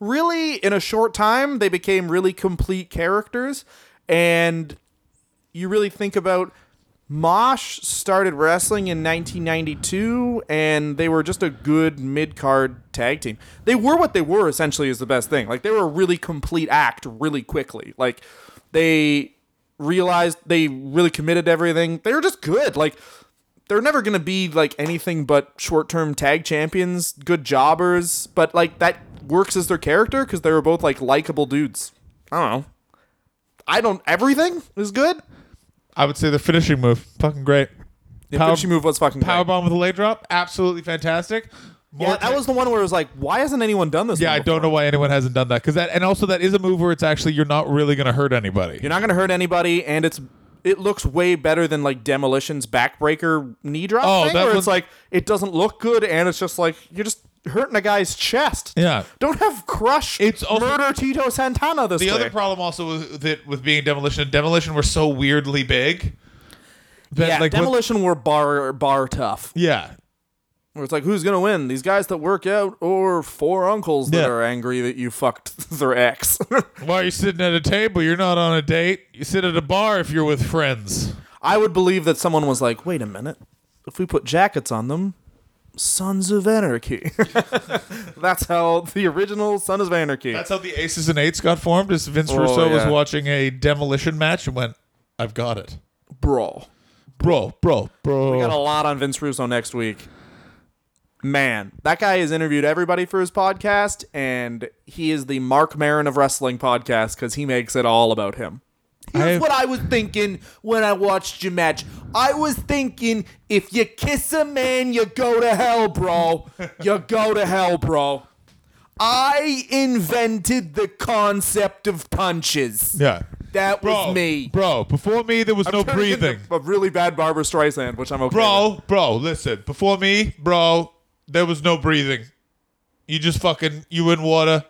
Speaker 3: really in a short time they became really complete characters and you really think about Mosh started wrestling in 1992 and they were just a good mid-card tag team. They were what they were essentially is the best thing. Like they were a really complete act really quickly. Like they realized they really committed to everything. They were just good. Like they're never going to be like anything but short-term tag champions, good jobbers, but like that works as their character cuz they were both like likable dudes. I don't know. I don't everything is good.
Speaker 4: I would say the finishing move, fucking great.
Speaker 3: The
Speaker 4: Power-
Speaker 3: finishing move was fucking great.
Speaker 4: Powerbomb with a leg drop, absolutely fantastic. More
Speaker 3: Yeah, that was the one where it was like, why hasn't anyone done this?
Speaker 4: Yeah,
Speaker 3: one
Speaker 4: I don't
Speaker 3: before?
Speaker 4: know why anyone hasn't done that because that, and also that is a move where it's actually you're not really going to hurt anybody.
Speaker 3: You're not gonna hurt anybody, and it's it looks way better than like Demolition's backbreaker knee drop
Speaker 4: Oh,
Speaker 3: thing,
Speaker 4: that
Speaker 3: where
Speaker 4: one-
Speaker 3: it's like it doesn't look good, and it's just like you're just hurting a guy's chest.
Speaker 4: Yeah.
Speaker 3: don't have crush.
Speaker 4: It's also-
Speaker 3: murder Tito Santana this
Speaker 4: the
Speaker 3: way.
Speaker 4: other problem also with that with being demolition, demolition were so weirdly big. That,
Speaker 3: yeah,
Speaker 4: like, what-
Speaker 3: Demolition were bar bar tough.
Speaker 4: yeah,
Speaker 3: Where it's like, who's gonna win? These guys that work out, or four uncles that
Speaker 4: Yeah.
Speaker 3: are angry that you fucked [laughs] their ex.
Speaker 4: Why are you sitting at a table? You're not on a date. You sit at a bar if you're with friends.
Speaker 3: I would believe that someone was like, wait a minute. If we put jackets on them, Sons of Anarchy. [laughs] That's how the original Sons of Anarchy.
Speaker 4: That's how the aces and eights got formed. Is Vince
Speaker 3: Oh,
Speaker 4: Russo was
Speaker 3: yeah.
Speaker 4: watching a demolition match and went, "I've got it,
Speaker 3: bro.
Speaker 4: bro, bro, bro."
Speaker 3: Got a lot on Vince Russo next week. Man, that guy has interviewed everybody for his podcast, and he is the Mark Marin of wrestling podcast because he makes it all about him. Here's
Speaker 4: I've-
Speaker 3: what I was thinking when I watched your match. I was thinking if you kiss a man, you go to hell, bro. You go to hell, bro. I invented the concept of punches.
Speaker 4: yeah,
Speaker 3: That
Speaker 4: bro,
Speaker 3: was me.
Speaker 4: bro. Before me, there was no
Speaker 3: Turned into
Speaker 4: breathing.
Speaker 3: A really bad Barbara Streisand, which I'm okay with.
Speaker 4: bro, bro, listen. Before me, bro, there was no breathing. You just fucking you in water.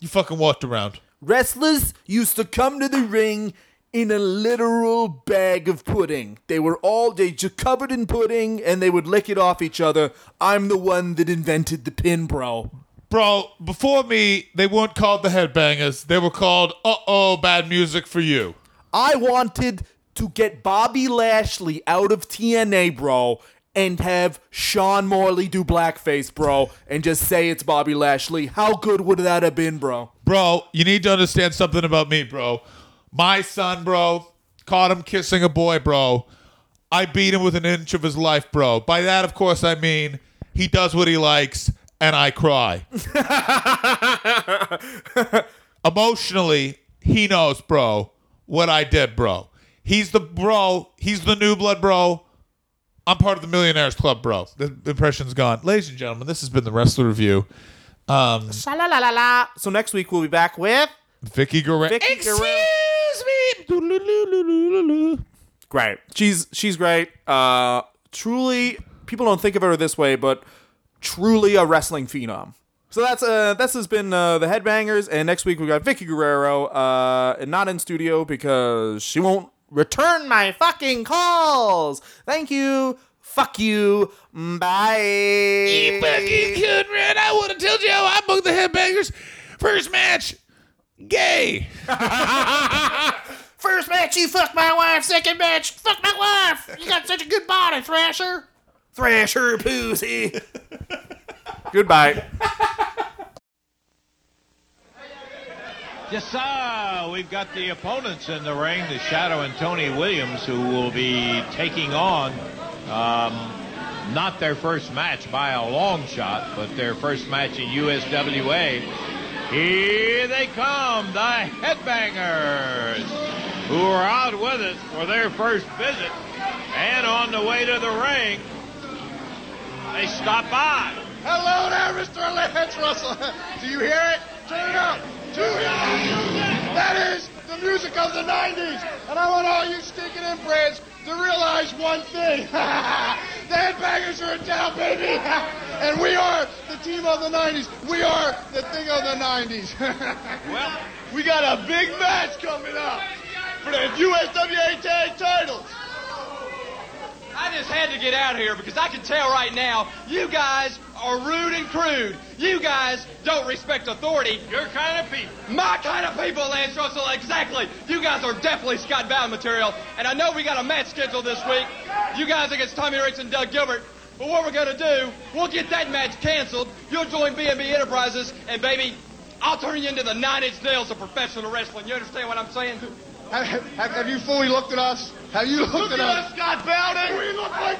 Speaker 4: You fucking walked around.
Speaker 3: Wrestlers used to come to the ring in a literal bag of pudding. They were all they just covered in pudding and they would lick it off each other. I'm the one that invented the pin, bro.
Speaker 4: Bro, before me, they weren't called the headbangers. They were called uh oh bad music for you.
Speaker 3: I wanted to get Bobby Lashley out of TNA, bro, and have Sean Morley do blackface, bro, and just say it's Bobby Lashley. How good would that have been, bro?
Speaker 4: Bro, you need to understand something about me, bro. My son, bro, caught him kissing a boy, bro. I beat him with an inch of his life, bro. By that, of course, I mean he does what he likes and I cry. Emotionally, he knows, bro, what I did, bro. He's the bro. He's the new blood bro. I'm part of the Millionaires Club, bro. The impression's gone. Ladies and gentlemen, this has been the Wrestler Review. Um,
Speaker 3: Sha-la-la-la-la. So next week we'll be back with
Speaker 4: Vicky Guerrero.
Speaker 3: Vicky
Speaker 4: Excuse
Speaker 3: Guerrero.
Speaker 4: me. Doo-doo-doo-doo-doo-doo-doo.
Speaker 3: great. She's she's great. Uh, truly, people don't think of her this way, but truly a wrestling phenom. So that's uh this has been uh, the Headbangers, and next week we got Vicky Guerrero, uh, and not in studio because she won't return my fucking calls. Thank you. Fuck you. Bye.
Speaker 4: You fucking could, Red. I would have told you how I booked the Headbangers. First match, gay.
Speaker 3: [laughs] First match, you fuck my wife. Second match, fuck my wife. You got such a good body, Thrasher.
Speaker 2: Thrasher pussy.
Speaker 3: Goodbye.
Speaker 7: Yes, sir. We've got the opponents in the ring, the Shadow and Tony Williams, who will be taking on um, not their first match by a long shot, but their first match in USWA. Here they come, the Headbangers, who are out with us for their first visit. And on the way to the ring, they stop by. Hello there, Mr. Lance Russell. [laughs] Do you hear it? Turn it up. Tune it up. That is the music of the 90s. And I want all you stinking inbreds to realize one thing. [laughs] the headbangers are in town, baby. [laughs] and we are the team of the 90s. We are the thing of the [laughs] 90s. well, we got a big match coming up for the USWA Tag Titles. I just had to get out of here because I can tell right now you guys are rude and crude. You guys don't respect authority. Your kind of people. My kind of people, Lance Russell, exactly. You guys are definitely Scott Bound material. And I know we got a match scheduled this week. You guys against Tommy Ricks and Doug Gilbert. But what we're going to do, we'll get that match canceled. You'll join B&B Enterprises. And baby, I'll turn you into the nine inch nails of professional wrestling. You understand what I'm saying?
Speaker 8: Have, have, have you fully looked at us? Have you looked
Speaker 7: Look at us, Scott Bowden. We look like.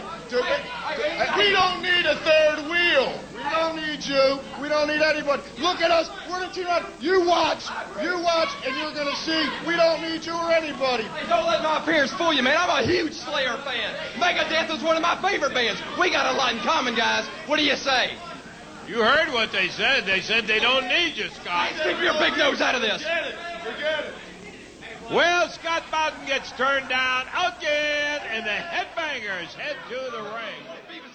Speaker 8: We don't need a third wheel. We don't need you. We don't need anybody. Look at us. We're the team. up. You watch. You watch, and you're gonna see. We don't need you or anybody.
Speaker 7: Hey, don't let my appearance fool you, man. I'm a huge Slayer fan. Megadeth is one of my favorite bands. We got a lot in common, guys. What do you say? You heard what they said. They said they don't need you, Scott. Keep your big nose out of this. Well, Scott Bowden gets turned down again, and the headbangers head to the ring.